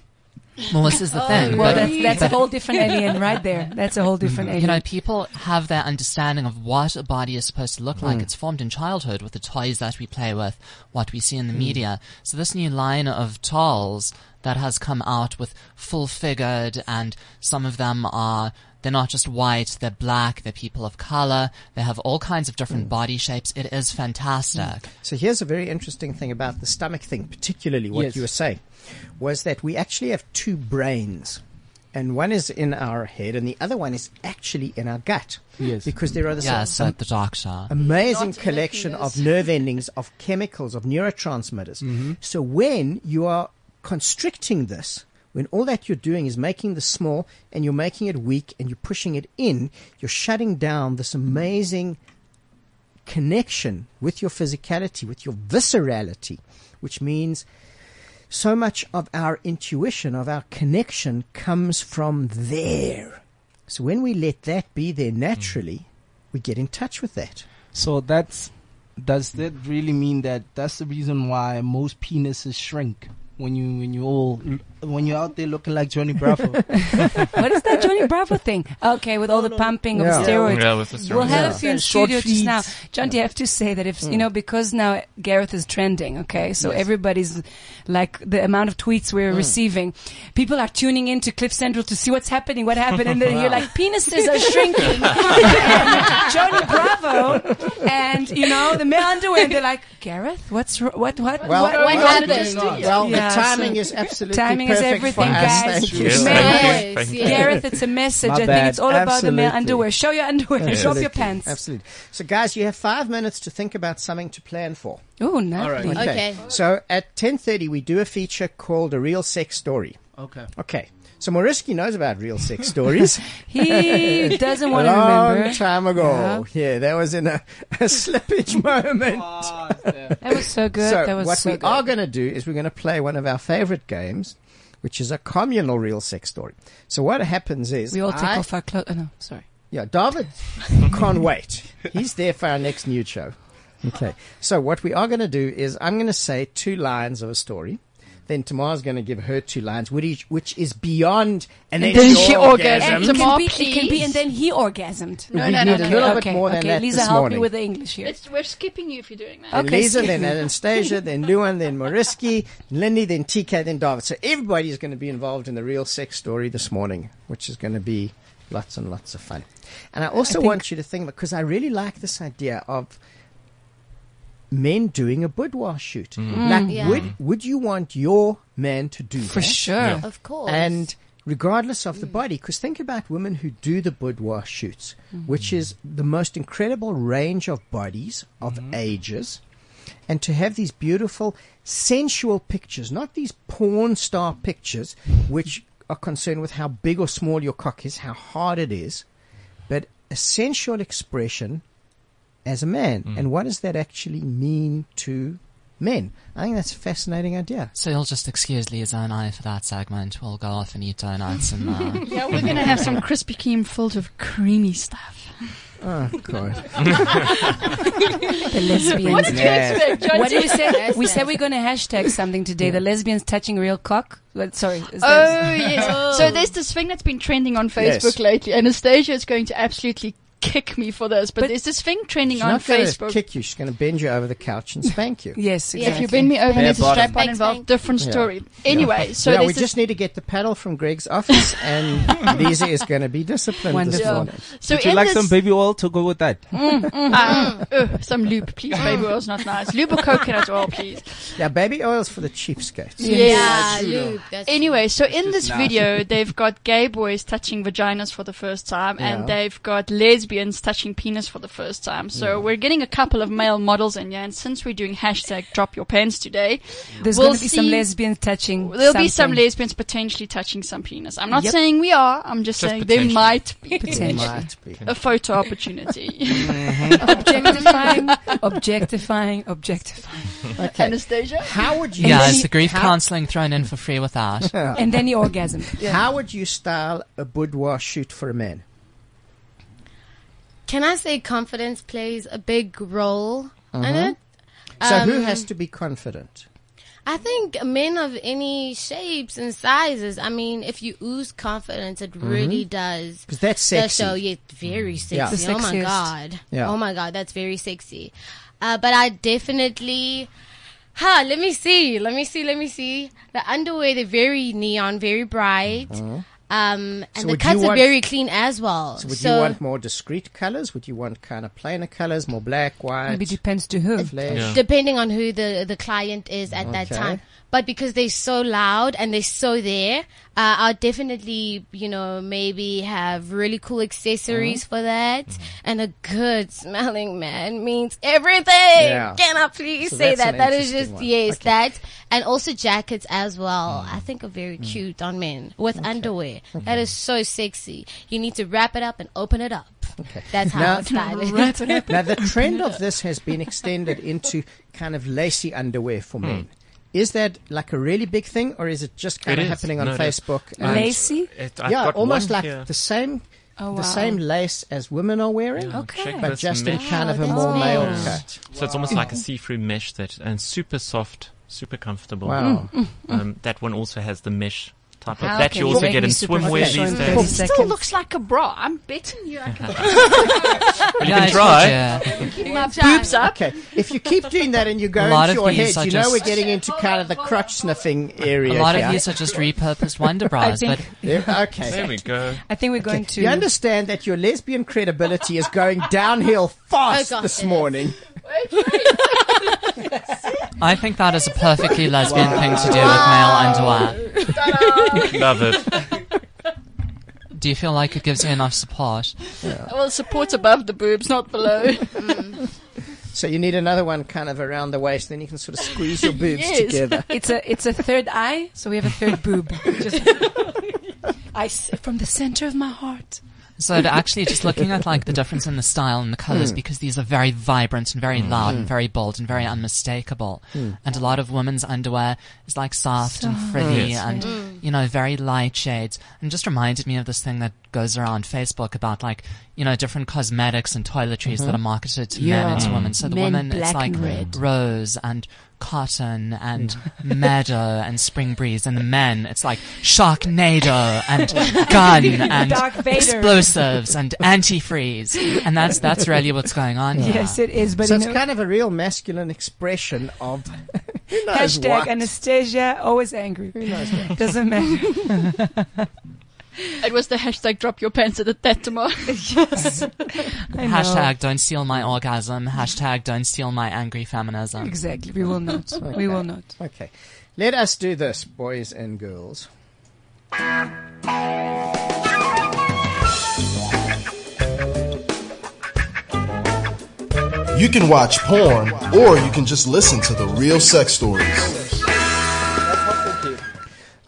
Speaker 4: well, this is the
Speaker 6: Oh,
Speaker 4: thing.
Speaker 3: Oh, Well,
Speaker 4: but-
Speaker 3: that's, that's a
Speaker 4: but- Mm.
Speaker 3: whole different alien right there. That's a whole different alien.
Speaker 4: You know, people have their understanding of what a body is supposed to look like.
Speaker 3: Mm.
Speaker 4: It's formed in childhood with the toys that we play with, what we see in the
Speaker 3: Mm.
Speaker 4: media. So this new line of dolls that has come out with full figured and some of them are they're not just white, they're black, they're people of color, they have all kinds of
Speaker 3: Mm.
Speaker 4: different body shapes. It is fantastic.
Speaker 1: Mm. So here's a very interesting thing about the stomach thing, particularly what
Speaker 4: Yes.
Speaker 1: you were saying, was that we actually have two brains. And one is in our head, and the other one is actually in our gut. Yes. Because there are this
Speaker 4: Yes, like the doctor.
Speaker 1: amazing collection of nerve endings, of chemicals, of neurotransmitters. So when you are constricting this, when all that you're doing is making this small and you're making it weak and you're pushing it in, you're shutting down this amazing connection with your physicality, with your viscerality, which means so much of our intuition, of our connection comes from there. So when we let that be there naturally, we get in touch with that.
Speaker 6: So that's does that really mean that that's the reason why most penises shrink when you when you all when you're out there looking like Johnny Bravo?
Speaker 3: what is that Johnny Bravo thing? Okay, with all the pumping
Speaker 6: Yeah.
Speaker 3: of steroids.
Speaker 6: Yeah, with the steroids.
Speaker 3: We'll have
Speaker 6: Yeah.
Speaker 3: a few in
Speaker 6: And short
Speaker 3: studio just now.
Speaker 6: feeds.
Speaker 3: John, do you have to say that if you
Speaker 6: Mm.
Speaker 3: know because now Gareth is trending. Okay, so
Speaker 6: Yes.
Speaker 3: everybody's like the amount of tweets we're
Speaker 6: Mm.
Speaker 3: receiving, people are tuning into Cliff Central to see what's happening, what happened, and then
Speaker 8: Wow.
Speaker 3: you're like penises are shrinking. and Johnny Bravo, and you know the male underwear. And they're like Gareth, what's ro- what what
Speaker 1: Well,
Speaker 3: what,
Speaker 1: well,
Speaker 3: happened?"
Speaker 1: well, well, the timing is absolutely
Speaker 3: timing is
Speaker 1: perfect
Speaker 3: everything,
Speaker 1: for us.
Speaker 3: guys.
Speaker 1: Thank you
Speaker 3: Yes,
Speaker 1: so
Speaker 3: thank
Speaker 1: much.
Speaker 3: you,
Speaker 1: Yes,
Speaker 3: thank you.
Speaker 1: yes.
Speaker 3: Gareth, it's a message.
Speaker 1: My
Speaker 3: I think
Speaker 1: bad.
Speaker 3: it's all about the male
Speaker 1: Absolutely.
Speaker 3: underwear. Show your underwear. Drop your
Speaker 1: Absolutely.
Speaker 3: pants.
Speaker 1: Absolutely. So, guys, you have five minutes to think about something to plan for.
Speaker 3: Oh, lovely.
Speaker 1: Okay.
Speaker 3: Okay.
Speaker 1: So at ten thirty, we do a feature called a real sex story.
Speaker 6: Okay.
Speaker 1: Okay. So Moriski knows about real sex stories.
Speaker 3: He doesn't wanna
Speaker 1: Long
Speaker 3: remember.
Speaker 1: time ago. Yeah. that was in a, a slippage moment.
Speaker 3: That was so good.
Speaker 1: So
Speaker 3: that was
Speaker 1: what
Speaker 3: so
Speaker 1: we
Speaker 3: good.
Speaker 1: are going to do is we're going to play one of our favorite games, which is a communal real sex story. So what happens is
Speaker 3: we all take
Speaker 1: I-
Speaker 3: off our clothes. Oh, no, sorry.
Speaker 1: yeah, David can't wait. He's there for our next nude show. Okay. So what we are going to do is I'm going to say two lines of a story. Then Tamar's going to give her two lines, which is, which is beyond an
Speaker 3: And
Speaker 1: actual
Speaker 3: then she
Speaker 1: orgasm.
Speaker 3: orgasmed. It can, be, it can be, and then he orgasmed.
Speaker 1: No, We no, no, need a no. little bit more than
Speaker 3: okay.
Speaker 1: that
Speaker 3: Lisa,
Speaker 1: this
Speaker 3: help
Speaker 1: morning.
Speaker 3: me with the English here.
Speaker 2: It's, we're skipping you if you're doing that.
Speaker 1: Then
Speaker 3: Okay,
Speaker 1: Lisa, then
Speaker 3: excuse me.
Speaker 1: Anastasia, then Luan, then Moriski, Lindy, then TK, then David. So everybody is going to be involved in the real sex story this morning, which is going to be lots and lots of fun. And I also want you to think because I really like this idea of men doing a boudoir shoot.
Speaker 8: Mm.
Speaker 1: Like,
Speaker 8: Yeah.
Speaker 1: would would you want your man to do
Speaker 8: For
Speaker 1: that?
Speaker 8: sure. Yeah. Of course.
Speaker 1: And regardless of the body, because think about women who do the boudoir shoots,
Speaker 8: Mm.
Speaker 1: which is the most incredible range of bodies of ages. And to have these beautiful, sensual pictures, not these porn star pictures, which are concerned with how big or small your cock is, how hard it is, but a sensual expression as a man. And what does that actually mean to men? I think that's a fascinating idea.
Speaker 4: So you'll just excuse Lisa and I for that segment. We'll go off and eat donuts and. Uh,
Speaker 2: yeah, we're going to have some Krispy Kreme filled with creamy stuff.
Speaker 1: Oh, God.
Speaker 3: the lesbians.
Speaker 2: What did you expect, John?
Speaker 3: What did we say?
Speaker 2: Yes,
Speaker 3: we
Speaker 2: yes.
Speaker 3: said we're going to hashtag something today. The lesbians touching real cock. What- Sorry. is
Speaker 2: Oh
Speaker 3: that-
Speaker 2: yes. So there's this thing that's been trending on
Speaker 3: Yes.
Speaker 2: Facebook lately. Anastasia is going to absolutely kick me for this, but, there's this thing trending
Speaker 1: She's
Speaker 2: on
Speaker 1: not going to
Speaker 2: Facebook.
Speaker 1: kick you. She's going to bend you over the couch and spank you.
Speaker 3: Yes,
Speaker 2: If you bend me over,
Speaker 1: Bare
Speaker 2: there's a
Speaker 1: bottom.
Speaker 2: strap on involved. Different
Speaker 1: Yeah.
Speaker 2: story.
Speaker 1: Yeah.
Speaker 2: Anyway, so
Speaker 1: yeah,
Speaker 2: there's
Speaker 1: we
Speaker 2: this
Speaker 1: just need to get the paddle from Greg's office, and Lisa is going to be disciplined this
Speaker 2: Wonderful.
Speaker 1: morning.
Speaker 2: So
Speaker 6: Would you
Speaker 2: in
Speaker 6: like
Speaker 2: this-
Speaker 6: some baby oil to go with that?
Speaker 2: Mm, mm, uh, ugh, some lube, please. Baby oil's not nice. Lube or coconut oil, please.
Speaker 1: Yeah, baby oil's for the cheapskates. Uh,
Speaker 2: Yes.
Speaker 7: Yeah, lube, that's-
Speaker 2: anyway, so in this
Speaker 1: nasty.
Speaker 2: video, they've got gay boys touching vaginas for the first time,
Speaker 1: Yeah.
Speaker 2: and they've got lesbians touching penis for the first time. So
Speaker 3: Yeah.
Speaker 2: we're getting a couple of male models in here, and since we're doing hashtag drop your pants today,
Speaker 3: There's
Speaker 2: we'll
Speaker 3: going to be some
Speaker 2: see-
Speaker 3: lesbians touching.
Speaker 2: There'll be some
Speaker 3: something.
Speaker 2: lesbians potentially touching some penis. I'm not
Speaker 3: Yep.
Speaker 2: saying we are. I'm just,
Speaker 3: Just
Speaker 2: saying there might be
Speaker 3: Potentially. There might be.
Speaker 2: a photo opportunity.
Speaker 1: Mm-hmm.
Speaker 3: objectifying, objectifying, objectifying.
Speaker 1: Okay.
Speaker 2: Anastasia,
Speaker 1: how would
Speaker 4: yeah,
Speaker 3: And
Speaker 4: it's the
Speaker 3: then,
Speaker 4: grief
Speaker 1: how-
Speaker 4: counseling thrown in for free with that.
Speaker 1: Yeah.
Speaker 3: and then he orgasmed.
Speaker 1: How would you style a boudoir shoot for a man?
Speaker 7: Can I say confidence plays a big role in
Speaker 1: Mhm.
Speaker 7: it?
Speaker 1: So who
Speaker 7: Uh-huh. Um,
Speaker 1: has to be confident?
Speaker 7: I think men of any shapes and sizes. I mean, if you ooze confidence, it really does.
Speaker 1: Mm-hmm. 'Cause that's sexy. Mm.
Speaker 7: show you very sexy.
Speaker 1: Yeah.
Speaker 7: Oh my
Speaker 1: Sexiest.
Speaker 7: god.
Speaker 1: Yeah.
Speaker 7: Oh my god, that's very sexy. Uh, but I definitely. Ha, let me see. Let me see. Let me see. The underwear, they're very neon, very bright. Um, and
Speaker 1: Mm-hmm. So
Speaker 7: the
Speaker 1: would
Speaker 7: cuts
Speaker 1: you
Speaker 7: are
Speaker 1: want-
Speaker 7: very clean as well.
Speaker 1: Uh-huh. So would you want more discreet colors? Would you want kind of plainer colors, more black, white?
Speaker 3: Maybe depends to who.
Speaker 1: Flesh?
Speaker 7: depending on who the the client is at that
Speaker 1: Okay.
Speaker 7: time. But because they're so loud and they're so there, uh, I'll definitely you know maybe have really cool accessories for that, and a good smelling man means everything.
Speaker 8: Yeah.
Speaker 7: Can I please
Speaker 8: So
Speaker 7: say
Speaker 8: that's
Speaker 7: that?
Speaker 8: an
Speaker 7: That is
Speaker 8: interesting
Speaker 7: just
Speaker 8: one. Mm.
Speaker 7: yes, that and also jackets as well. I think are very cute on men with underwear.
Speaker 8: Mm-hmm.
Speaker 7: That is so sexy. You need to wrap it up and open it up. That's how I style it.
Speaker 1: now the trend of this has been extended into kind of lacy underwear for
Speaker 5: Hmm.
Speaker 1: men. Is that like a really big thing, or is it just kind
Speaker 5: It
Speaker 1: of
Speaker 5: is.
Speaker 1: happening on
Speaker 5: No, it is.
Speaker 1: Facebook?
Speaker 5: Lacy? It- I've
Speaker 1: yeah,
Speaker 5: got
Speaker 1: almost
Speaker 5: one
Speaker 1: like
Speaker 5: here.
Speaker 1: the same
Speaker 2: Oh,
Speaker 1: the
Speaker 2: wow.
Speaker 1: same lace as women are wearing,
Speaker 5: Check
Speaker 1: but
Speaker 5: this
Speaker 1: just in
Speaker 5: mesh.
Speaker 1: kind of a more male cut.
Speaker 5: So it's almost like a see-through mesh that and super soft, super comfortable.
Speaker 1: Wow. Mm, mm,
Speaker 5: Um, that one also has the mesh type
Speaker 1: How
Speaker 5: of that
Speaker 1: can
Speaker 5: you
Speaker 1: you
Speaker 5: also
Speaker 1: make
Speaker 5: get in
Speaker 1: me super
Speaker 5: swimwear
Speaker 1: special
Speaker 5: these
Speaker 1: in
Speaker 5: days.
Speaker 1: thirty
Speaker 2: It still looks like a bra. I'm betting you. I can
Speaker 5: Well, you can try.
Speaker 2: Keep my
Speaker 1: Boobs up. Okay. If you keep doing that and you go
Speaker 4: A lot
Speaker 1: into
Speaker 4: of
Speaker 1: your
Speaker 4: these
Speaker 1: head,
Speaker 4: are
Speaker 1: you know
Speaker 4: just-
Speaker 1: we're getting into kind of the crotch sniffing area.
Speaker 4: A lot
Speaker 1: here.
Speaker 4: of these are just repurposed wonder bras,
Speaker 1: think-
Speaker 4: but
Speaker 1: Yeah, okay. There we
Speaker 5: go.
Speaker 3: I think we're going to.
Speaker 1: You understand that your lesbian credibility is going downhill fast
Speaker 3: Oh, God,
Speaker 1: this
Speaker 3: it is.
Speaker 1: morning.
Speaker 4: I think that is a perfectly lesbian
Speaker 1: Wow.
Speaker 4: thing to do with male underwear.
Speaker 5: Love it.
Speaker 4: Do you feel like it gives you enough support?
Speaker 2: Well, support's above the boobs, not below.
Speaker 1: So you need another one kind of around the waist, then you can sort of squeeze your boobs
Speaker 3: Yes.
Speaker 1: together.
Speaker 3: It's a it's a third eye, so we have a third boob. Just I s- from the center of my heart.
Speaker 4: So to actually just looking at like the difference in the style and the colors
Speaker 3: Mm.
Speaker 4: because these are very vibrant and very
Speaker 3: Mm.
Speaker 4: loud
Speaker 3: Mm.
Speaker 4: and very bold and very unmistakable.
Speaker 3: Mm.
Speaker 4: And a lot of women's underwear is like soft and
Speaker 3: Soft.
Speaker 4: frilly
Speaker 3: Yes.
Speaker 4: and
Speaker 3: Mm.
Speaker 4: you know very light shades. And just reminded me of this thing that goes around Facebook about like you know different cosmetics and toiletries
Speaker 3: Mhm.
Speaker 4: that are marketed to
Speaker 3: Yeah.
Speaker 4: men and to
Speaker 3: Mm.
Speaker 4: women. So the
Speaker 3: Men,
Speaker 4: women it's
Speaker 3: black
Speaker 4: like
Speaker 3: and red.
Speaker 4: rose and cotton and meadow and spring breeze and the men it's like sharknado and gun and
Speaker 3: Darth Vader.
Speaker 4: explosives and antifreeze, and that's that's really what's going on here.
Speaker 3: it is. But
Speaker 1: so
Speaker 3: you
Speaker 1: it's
Speaker 3: know-
Speaker 1: kind of a real masculine expression of who knows
Speaker 3: Hashtag
Speaker 1: what.
Speaker 3: Anastasia, always angry. Doesn't matter.
Speaker 2: it was the hashtag drop your pants that did that tomorrow. yes.
Speaker 4: Hashtag don't steal my orgasm. Hashtag don't steal my angry feminism.
Speaker 3: Exactly. We will not. We will not.
Speaker 1: Okay. Let us do this, boys and girls.
Speaker 20: You can watch porn, or you can just listen to the real sex stories.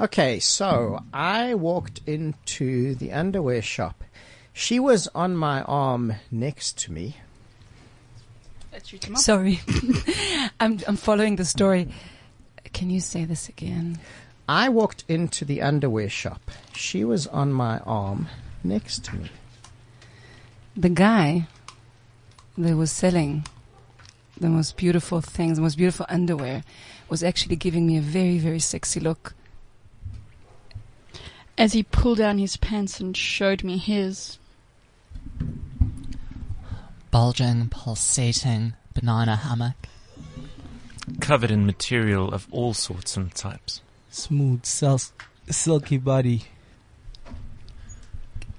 Speaker 1: Okay, so I walked into the underwear shop. She was on my arm next to me.
Speaker 3: Sorry, I'm I'm following the story. Can you say this again?
Speaker 1: I walked into the underwear shop. She was on my arm next to me.
Speaker 3: The guy that was selling the most beautiful things, the most beautiful underwear, was actually giving me a very very sexy look.
Speaker 2: As he pulled down his pants and showed me his.
Speaker 4: Bulging, pulsating banana hammock.
Speaker 5: Covered in material of all sorts and types.
Speaker 6: Smooth, sil- silky body.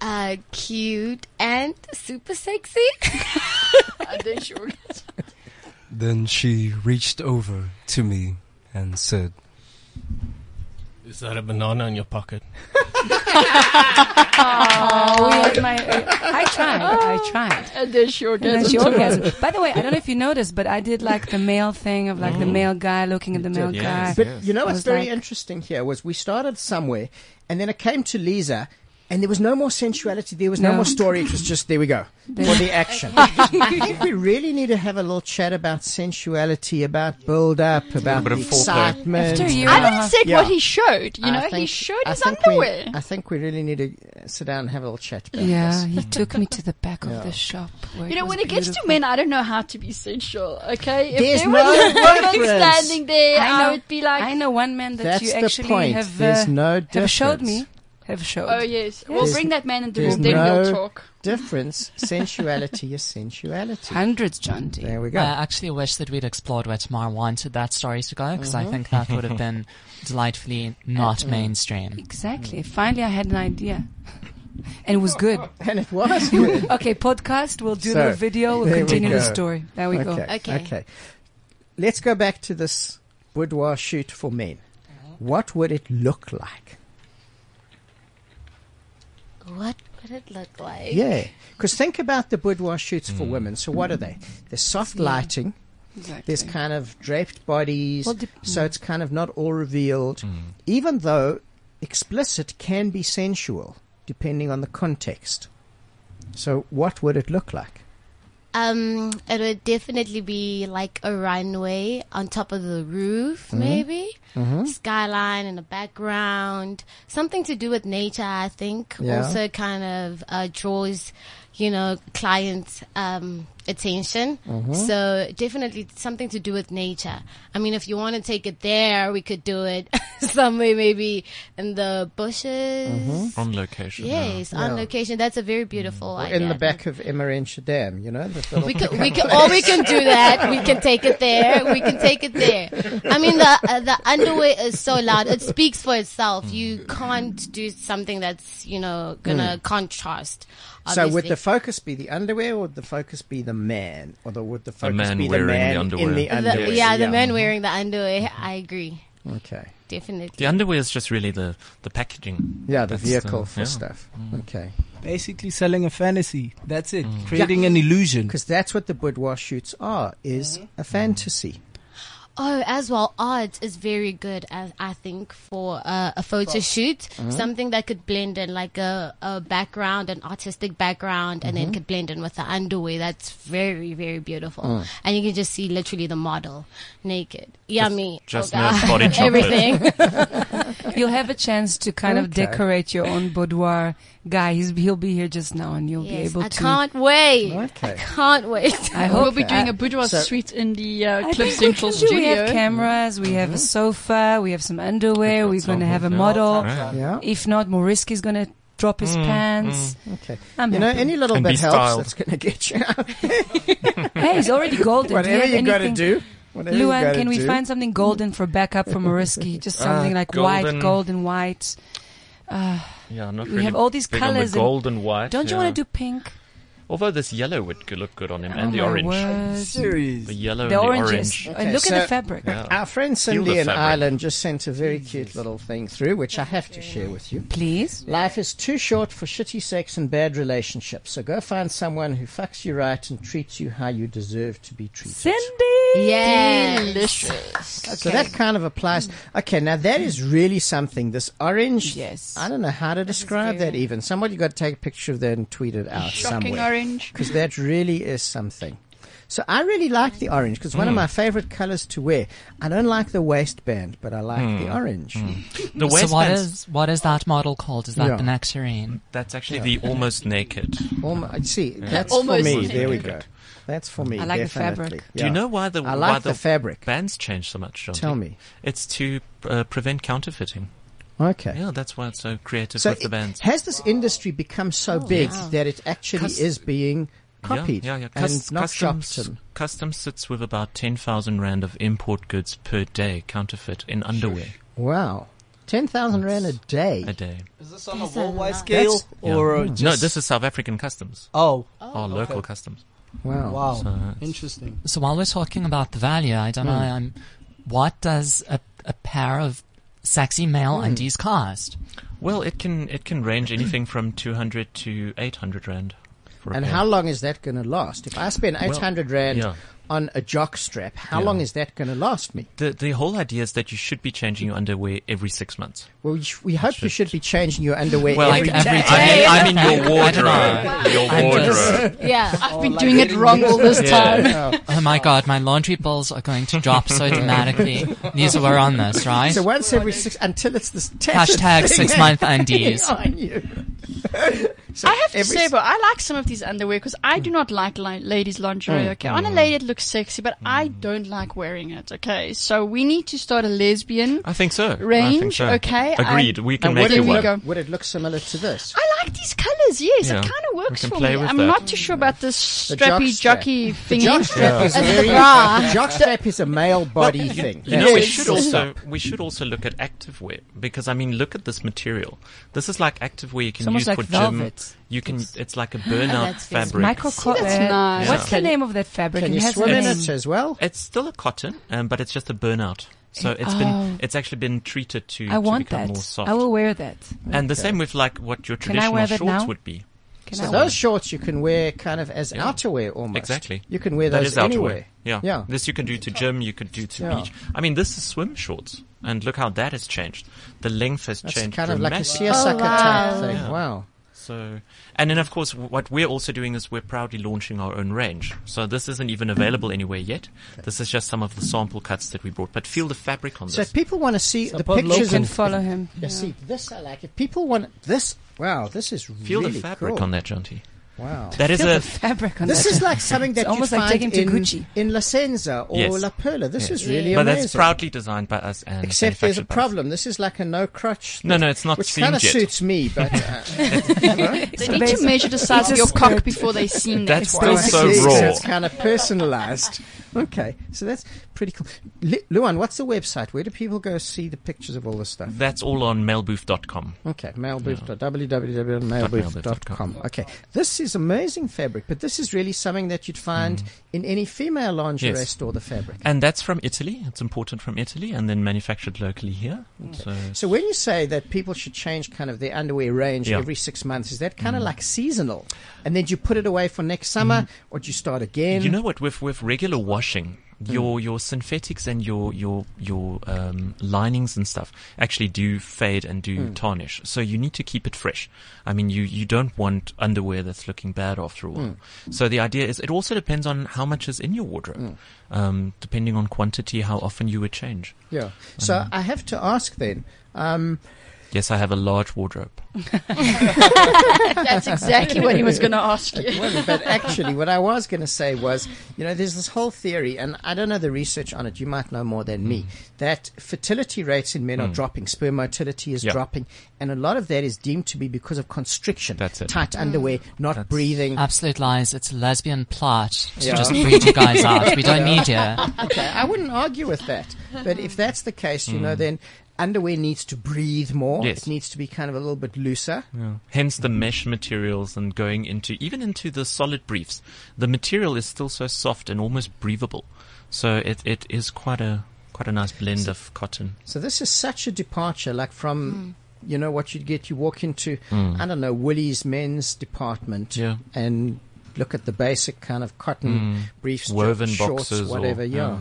Speaker 7: Uh, cute and super sexy.
Speaker 2: I did sure.
Speaker 19: Then she reached over to me and said,
Speaker 21: Is that a banana in your pocket?
Speaker 3: Oh, my, I tried. I tried.
Speaker 2: And then she
Speaker 3: And then
Speaker 2: orgasmed.
Speaker 3: she orgasmed. By the way, I don't know if you noticed, but I did like the male thing of like the
Speaker 1: Mm.
Speaker 3: male guy looking at the male guy.
Speaker 1: But you know
Speaker 3: I
Speaker 1: what's
Speaker 3: was
Speaker 1: very
Speaker 3: like,
Speaker 1: interesting here was we started somewhere, and then it came to Lisa, and there was no more sensuality, there was no,
Speaker 3: No.
Speaker 1: more story. It was just there we go
Speaker 3: There-
Speaker 1: for the action. I think we really need to have a little chat about sensuality, about build up, about
Speaker 5: bit
Speaker 1: the
Speaker 5: of foreplay.
Speaker 1: excitement.
Speaker 2: After a year I and a didn't half- say what he showed, you
Speaker 1: I
Speaker 2: know, he showed
Speaker 1: I
Speaker 2: his
Speaker 1: think we-
Speaker 2: underwear.
Speaker 1: I think we really need to uh, sit down and have a little chat about
Speaker 3: Yeah,
Speaker 1: this.
Speaker 3: he took me to the back
Speaker 1: Yeah.
Speaker 3: of the shop. where
Speaker 2: You know,
Speaker 3: was
Speaker 2: when it gets to
Speaker 3: beautiful.
Speaker 2: men, I don't know how to be sensual, okay? If
Speaker 3: There's
Speaker 2: there
Speaker 3: no
Speaker 2: was a woman
Speaker 3: difference.
Speaker 2: standing there,
Speaker 3: I
Speaker 2: I,
Speaker 3: know-
Speaker 2: would be like.
Speaker 3: I know one man that
Speaker 1: That's
Speaker 3: you
Speaker 1: the
Speaker 3: actually
Speaker 1: point.
Speaker 3: have.
Speaker 1: There's
Speaker 3: uh,
Speaker 1: no
Speaker 3: Have showed
Speaker 1: difference.
Speaker 3: me. Have showed.
Speaker 2: Oh, yes. We'll
Speaker 1: There's-
Speaker 2: bring that man in the
Speaker 1: there's
Speaker 2: room, then we'll
Speaker 1: no
Speaker 2: talk.
Speaker 1: Difference. Sensuality is sensuality.
Speaker 3: Hundreds, John D.
Speaker 1: There we go.
Speaker 4: I actually wish that we'd explored where Tamar wanted that story to go because
Speaker 1: Mm-hmm.
Speaker 3: Mhm.
Speaker 4: I think that would have been delightfully not
Speaker 3: Mm.
Speaker 4: mainstream.
Speaker 3: Exactly. Finally, I had an idea. And it was good.
Speaker 1: and it was good.
Speaker 3: okay, podcast. We'll do the
Speaker 1: So,
Speaker 3: video. We'll
Speaker 1: there we
Speaker 3: continue the
Speaker 1: go.
Speaker 3: story. There we go.
Speaker 1: Okay, okay. Let's go back to this boudoir shoot for men. What would it look like?
Speaker 7: What would it look like?
Speaker 1: Yeah. Because think about the boudoir shoots
Speaker 3: Mm.
Speaker 1: for women. So what are they? There's soft
Speaker 7: Yeah.
Speaker 1: lighting. There's
Speaker 7: Exactly.
Speaker 1: kind of draped bodies.
Speaker 7: Well, dep-
Speaker 1: so it's kind of not all revealed.
Speaker 5: Mm.
Speaker 1: Even though explicit can be sensual, depending on the context. So what would it look like?
Speaker 7: Um, it would definitely be like a runway on top of the roof,
Speaker 9: Mhm.
Speaker 7: maybe
Speaker 9: Mhm.
Speaker 7: skyline in the background, something to do with nature. I think
Speaker 9: Yeah.
Speaker 7: also kind of uh, draws, you know, client um, attention.
Speaker 9: Mhm.
Speaker 7: So definitely something to do with nature. I mean, if you want to take it there, we could do it somewhere maybe in the bushes.
Speaker 5: Mm-hmm. On location. Mm-hmm.
Speaker 7: Yes, on
Speaker 1: Mm-hmm. Yeah.
Speaker 7: location. That's a very beautiful idea.
Speaker 1: in the
Speaker 7: I
Speaker 1: back of Emerentia Dam, you know. that
Speaker 7: we
Speaker 1: little
Speaker 7: could, we
Speaker 1: picnic
Speaker 7: could,
Speaker 1: place.
Speaker 7: or we can do that. We can take it there. We can take it there. I mean, the uh, the underwear is so loud; it speaks for itself. You can't do something that's you know gonna
Speaker 1: Mm.
Speaker 7: contrast.
Speaker 1: So would
Speaker 7: obviously.
Speaker 1: the focus be the underwear, or would the focus be the man, or the, would the focus
Speaker 5: man
Speaker 1: be the
Speaker 5: wearing the
Speaker 1: man
Speaker 5: underwear.
Speaker 1: in the
Speaker 5: The-
Speaker 1: underwear?
Speaker 7: The- yeah, the man wearing the underwear. I agree.
Speaker 1: Okay.
Speaker 7: Definitely.
Speaker 5: The underwear is just really the, the packaging.
Speaker 1: Yeah, the
Speaker 5: That's uh,
Speaker 1: vehicle for
Speaker 5: yeah. Mm.
Speaker 1: stuff. Okay.
Speaker 6: Basically, selling a fantasy. That's it.
Speaker 4: Mm.
Speaker 6: Creating an illusion.
Speaker 1: Because that's what the boudoir shoots are, is
Speaker 7: Mm-hmm.
Speaker 1: a fantasy.
Speaker 7: Oh, as well, art is very good, as I think, for uh, a photo shoot.
Speaker 5: Mm-hmm.
Speaker 9: Mhm.
Speaker 7: Something that could blend in, like a, a background, an artistic background, and then
Speaker 5: Mm-hmm.
Speaker 9: Mhm.
Speaker 7: could blend in with the underwear. That's very, very beautiful.
Speaker 9: Mm.
Speaker 7: And you can just see literally the model naked. Yummy.
Speaker 5: just
Speaker 7: Oh, God.
Speaker 5: no body chocolate.
Speaker 7: Everything.
Speaker 3: You'll have a chance to kind of
Speaker 7: Okay.
Speaker 3: decorate your own boudoir. Guy, he's, he'll be here just now, and you'll be
Speaker 7: Yes,
Speaker 3: able
Speaker 7: I
Speaker 3: to.
Speaker 7: can't wait.
Speaker 1: Okay.
Speaker 7: I can't wait.
Speaker 3: I hope
Speaker 2: We'll be doing
Speaker 3: that-
Speaker 2: a boudoir
Speaker 3: So-
Speaker 2: suite in the
Speaker 3: I
Speaker 2: uh,
Speaker 3: think
Speaker 2: Cliff
Speaker 3: we
Speaker 2: Central
Speaker 3: can do-
Speaker 2: studio.
Speaker 3: We have cameras. We have a
Speaker 1: Mm-hmm.
Speaker 3: sofa. We have some underwear. We're going to have a model.
Speaker 1: Yeah. Yeah.
Speaker 3: If not, Moriski's going to drop his
Speaker 1: Mm,
Speaker 3: pants.
Speaker 1: mm. Okay.
Speaker 3: I'm
Speaker 1: you know,
Speaker 3: happy.
Speaker 1: any little
Speaker 3: And
Speaker 1: bit
Speaker 3: be
Speaker 1: helps.
Speaker 3: styled.
Speaker 1: That's going to get you out.
Speaker 3: Hey, he's already golden. Do
Speaker 1: Whatever
Speaker 3: have
Speaker 1: you gotta
Speaker 3: anything-
Speaker 1: do, whatever you
Speaker 3: Luan,
Speaker 1: gotta
Speaker 3: can we
Speaker 1: do.
Speaker 3: find something golden for backup for Moriski? Just
Speaker 5: Uh,
Speaker 3: something like
Speaker 5: golden-
Speaker 3: white, golden, white. Uh,
Speaker 5: Yeah, I'm not
Speaker 3: we
Speaker 5: really
Speaker 3: have all these
Speaker 5: big on the
Speaker 3: colors. and-
Speaker 5: gold and white,
Speaker 3: Don't you
Speaker 5: yeah.
Speaker 3: want to do pink?
Speaker 5: Although this yellow would go- look good on him, and the
Speaker 3: my
Speaker 5: orange.
Speaker 3: word. Serious.
Speaker 5: The yellow
Speaker 3: The
Speaker 5: and
Speaker 3: orange
Speaker 5: the
Speaker 3: is-
Speaker 5: orange.
Speaker 3: and Okay, look at the so- fabric.
Speaker 5: Yeah.
Speaker 1: Our friend
Speaker 5: Feel the
Speaker 1: Cindy in
Speaker 5: fabric.
Speaker 1: Ireland just sent a very cute little thing through, which I have to share with you.
Speaker 3: Please.
Speaker 1: Life is too short for shitty sex and bad relationships, so go find someone who fucks you right and treats you how you deserve to be treated.
Speaker 3: Cindy!
Speaker 7: Yes.
Speaker 2: Delicious.
Speaker 1: So that kind of applies. Okay, now that is really something. This orange.
Speaker 3: Yes.
Speaker 1: I don't know how to describe that even. Somebody got to take a picture of that and tweet it out
Speaker 2: Shocking
Speaker 1: somewhere.
Speaker 2: orange.
Speaker 1: Because that really is something. So I really like the orange because one of
Speaker 5: Mm.
Speaker 1: my favorite colors to wear. I don't like the waistband, but I like the
Speaker 5: Mm.
Speaker 1: orange.
Speaker 5: The
Speaker 4: Hmm. so what
Speaker 5: waistbands-
Speaker 4: is what is that model called? Is that
Speaker 1: Yeah.
Speaker 4: the nectarine?
Speaker 5: That's actually
Speaker 1: Yeah.
Speaker 5: the almost naked.
Speaker 1: Almost, see,
Speaker 5: Yeah.
Speaker 1: that's
Speaker 5: Almost
Speaker 1: for me.
Speaker 5: naked.
Speaker 1: There we go. That's for me.
Speaker 3: I like the
Speaker 1: definitely.
Speaker 3: fabric.
Speaker 5: Do you
Speaker 1: Yeah.
Speaker 5: know why the
Speaker 1: I
Speaker 5: why
Speaker 1: like the fabric?
Speaker 5: bands change so much? Shanti?
Speaker 1: Tell me.
Speaker 5: It's to uh, prevent counterfeiting.
Speaker 1: Okay.
Speaker 5: Yeah, that's why it's so creative
Speaker 1: So
Speaker 5: with the
Speaker 1: it-
Speaker 5: bands.
Speaker 1: Has this industry become so big
Speaker 5: Yes.
Speaker 1: that it actually
Speaker 5: Cus-
Speaker 1: is being copied
Speaker 5: Yeah, yeah, yeah.
Speaker 1: and
Speaker 5: Cus-
Speaker 1: not
Speaker 5: customs,
Speaker 1: shopped? and-
Speaker 5: customs sits with about ten thousand rand of import goods per day counterfeit in underwear
Speaker 1: Wow, ten thousand rand a day.
Speaker 5: a day.
Speaker 6: Is this on a worldwide scale
Speaker 1: That's-
Speaker 6: or
Speaker 5: Yeah.
Speaker 6: uh, just
Speaker 5: no? This is South African customs.
Speaker 6: Oh.
Speaker 5: our
Speaker 6: okay.
Speaker 5: local customs.
Speaker 1: Wow.
Speaker 6: Wow.
Speaker 5: So it's-
Speaker 6: Interesting.
Speaker 4: So while we're talking about the value, I don't know.
Speaker 6: Mm.
Speaker 4: I'm, what does a, a pair of sexy male
Speaker 6: Hmm.
Speaker 5: Mm.
Speaker 4: undies cost?
Speaker 5: Well, it can it can range anything from two hundred to eight hundred rand. For a
Speaker 1: And
Speaker 5: pair.
Speaker 1: how long is that going to last? If I spend
Speaker 5: Well,
Speaker 1: eight hundred rand
Speaker 5: yeah.
Speaker 1: on a jock strap, how
Speaker 5: Yeah.
Speaker 1: long is that going to last me?
Speaker 5: The the whole idea is that you should be changing your underwear every six months.
Speaker 1: Well, we, sh- we hope you should be changing your underwear
Speaker 5: Well,
Speaker 1: every,
Speaker 5: like every
Speaker 1: day.
Speaker 5: day. I mean- I mean your I don't know. wardrobe. Your
Speaker 4: I'm just-
Speaker 5: wardrobe.
Speaker 7: Yeah.
Speaker 2: I've been doing it wrong all this time.
Speaker 4: Oh my god, my laundry bills are going to drop so dramatically. These were on this, right?
Speaker 1: So once every six until it's this tattered
Speaker 4: Hashtag
Speaker 1: thing
Speaker 4: six month
Speaker 1: hanging
Speaker 4: undies.
Speaker 1: on you.
Speaker 2: I have to
Speaker 1: every
Speaker 2: say,
Speaker 1: s-
Speaker 2: but I like some of these underwear because I do not like li- ladies' lingerie.
Speaker 9: Mm.
Speaker 2: Okay, on a lady it looks sexy, but I
Speaker 1: Mm.
Speaker 2: don't like wearing it. Okay, so we need to start a lesbian.
Speaker 5: I think so. I think
Speaker 2: Range,
Speaker 5: so.
Speaker 2: okay.
Speaker 5: Agreed.
Speaker 2: I-
Speaker 5: We can
Speaker 2: And
Speaker 5: make
Speaker 2: what
Speaker 5: it
Speaker 2: if we
Speaker 5: work.
Speaker 2: go-
Speaker 1: Would it look similar to this?
Speaker 2: I like these colours. Yes,
Speaker 5: Yeah.
Speaker 2: it kind of
Speaker 5: We
Speaker 2: works
Speaker 5: can
Speaker 2: for
Speaker 5: play
Speaker 2: me.
Speaker 5: with
Speaker 2: I'm
Speaker 5: that.
Speaker 2: not too sure about this
Speaker 1: The
Speaker 2: strappy
Speaker 1: jockstrap.
Speaker 2: jockey
Speaker 1: The
Speaker 2: thingy.
Speaker 1: jockstrap is
Speaker 2: It's a
Speaker 1: very.
Speaker 2: bra.
Speaker 1: the jockstrap is a male body
Speaker 5: you,
Speaker 1: thing.
Speaker 5: you know, we
Speaker 1: That's
Speaker 5: should
Speaker 1: the
Speaker 5: also
Speaker 1: stuff.
Speaker 5: we should also look at activewear because I mean, look at this material. This is like activewear you
Speaker 3: It's
Speaker 5: can
Speaker 3: almost
Speaker 5: use
Speaker 3: like
Speaker 5: for
Speaker 3: velvet.
Speaker 5: gym. You can. It's like a
Speaker 3: Oh,
Speaker 5: burnout
Speaker 3: that's very
Speaker 5: fabric.
Speaker 3: Micro cotton. What's the name of that fabric?
Speaker 1: Can
Speaker 3: It
Speaker 1: you
Speaker 3: has a
Speaker 1: swim in
Speaker 3: name.
Speaker 1: it as well?
Speaker 5: It's still a cotton, um, but it's just a burnout. So it's
Speaker 3: Oh.
Speaker 5: been it's actually been treated to,
Speaker 3: I
Speaker 5: to
Speaker 3: want
Speaker 5: become
Speaker 3: that.
Speaker 5: more soft.
Speaker 3: I will wear that.
Speaker 5: And the same with like what your
Speaker 3: Can I
Speaker 5: traditional
Speaker 3: wear that
Speaker 5: shorts
Speaker 3: now?
Speaker 5: would be.
Speaker 3: Can
Speaker 1: so
Speaker 3: I-
Speaker 1: those shorts you can wear kind of as outerwear almost.
Speaker 5: Exactly.
Speaker 1: You can wear
Speaker 5: That
Speaker 1: those
Speaker 5: is outerwear.
Speaker 1: anywhere.
Speaker 5: Yeah.
Speaker 1: Yeah.
Speaker 5: This you can do to gym, you could do to
Speaker 1: Yeah.
Speaker 5: beach. I mean, this is swim shorts. And look how that has changed. The length has
Speaker 1: That's
Speaker 5: changed
Speaker 1: kind of like a
Speaker 5: dramatically.
Speaker 1: seersucker
Speaker 7: Oh, wow.
Speaker 1: type thing.
Speaker 5: Yeah.
Speaker 1: Wow.
Speaker 5: So, and then of course, what we're also doing is we're proudly launching our own range. So this isn't even available anywhere yet. This is just some of the sample cuts that we brought. But feel the fabric on
Speaker 1: So
Speaker 5: this.
Speaker 1: if people want to see the
Speaker 5: Support
Speaker 1: pictures
Speaker 5: local. Can
Speaker 1: and
Speaker 5: follow him.
Speaker 1: Yeah,
Speaker 5: Yeah.
Speaker 1: See this, I like. If people want this, wow, this is
Speaker 5: Feel
Speaker 1: really
Speaker 5: the fabric
Speaker 1: cool.
Speaker 5: on that, Jonty.
Speaker 1: Wow,
Speaker 5: That is
Speaker 3: Feel
Speaker 5: a
Speaker 3: the fabric on
Speaker 1: this
Speaker 3: that.
Speaker 1: is like something
Speaker 3: It's
Speaker 1: that you
Speaker 3: almost like
Speaker 1: find
Speaker 3: taking to
Speaker 1: in,
Speaker 3: Gucci.
Speaker 1: in La Senza or
Speaker 5: Yes.
Speaker 1: La Perla. This
Speaker 5: Yeah.
Speaker 1: is really
Speaker 5: But
Speaker 1: amazing.
Speaker 5: that's proudly designed by us and
Speaker 1: Except there's
Speaker 5: manufactured by
Speaker 1: a
Speaker 5: us.
Speaker 1: problem. This is like a no crutch.
Speaker 5: No,
Speaker 1: thing,
Speaker 5: no, it's not
Speaker 1: Which
Speaker 5: seamed
Speaker 1: kind of
Speaker 5: yet.
Speaker 1: suits me, but uh,
Speaker 2: They need to measure the size of your cock before they seam that.
Speaker 5: That's still so
Speaker 1: Basically,
Speaker 5: raw.
Speaker 1: it's kind of personalized. Okay, so that's pretty cool. Lu- Luan, what's the website? Where do people go see the pictures of all this stuff?
Speaker 5: That's all on mailbooth.com.
Speaker 1: Okay, mailbooth. www.mailbooth.com. Okay, this is amazing fabric, but this is really something that you'd find in any female lingerie
Speaker 5: Mm. Yes.
Speaker 1: store. The fabric.
Speaker 5: And that's from Italy. It's imported from Italy and then manufactured locally here. So
Speaker 1: So when you say that people should change kind of their underwear range
Speaker 5: Yeah. Mm.
Speaker 1: every six months, is that kind of like seasonal? And then do you put it away for next summer, or do you start again?
Speaker 5: You know what? With with regular washing,
Speaker 1: Mm.
Speaker 5: your your synthetics and your your your um, linings and stuff actually do fade and do
Speaker 9: Mm.
Speaker 5: tarnish. So you need to keep it fresh. I mean, you you don't want underwear that's looking bad after a while.
Speaker 1: Mm.
Speaker 5: So the idea is, it also depends on how much is in your wardrobe, um, depending on quantity, how often you would change.
Speaker 1: Yeah. So
Speaker 5: Mm-hmm.
Speaker 1: I have to ask then. Um,
Speaker 5: Yes, I have a large wardrobe.
Speaker 2: That's exactly what he was going to ask
Speaker 1: It
Speaker 2: you.
Speaker 1: wasn't, but actually, what I was going to say was, you know, there's this whole theory, and I don't know the research on it. You might know more than me. That fertility rates in men are
Speaker 5: Mm.
Speaker 1: dropping, sperm motility is
Speaker 5: Yeah.
Speaker 1: dropping, and a lot of that is deemed to be because of constriction,
Speaker 5: That's it.
Speaker 1: tight
Speaker 5: Mm.
Speaker 1: underwear, not breathing.
Speaker 4: Absolute lies. It's a lesbian plot to
Speaker 1: Yeah.
Speaker 4: just breed you guys out. We don't
Speaker 1: Yeah.
Speaker 4: need you.
Speaker 1: Okay, I wouldn't argue with that. But if that's the case, you know,
Speaker 4: Hmm.
Speaker 5: Mm.
Speaker 1: then underwear needs to breathe more.
Speaker 5: Yes.
Speaker 1: It needs to be kind of a little bit looser.
Speaker 5: Yeah. Hence the mesh materials and going into even into the solid briefs. The material is still so soft and almost breathable. So it, it is quite a quite a nice blend of cotton.
Speaker 1: So this is such a departure, like from you know what you'd get. You walk into
Speaker 4: Hmm.
Speaker 5: Mm.
Speaker 1: I don't know Woolies men's department
Speaker 5: Yeah.
Speaker 1: and look at the basic kind of cotton
Speaker 4: Hmm.
Speaker 5: Mm.
Speaker 1: briefs,
Speaker 5: woven
Speaker 1: jo- shorts,
Speaker 5: boxes, or-
Speaker 1: whatever. yeah.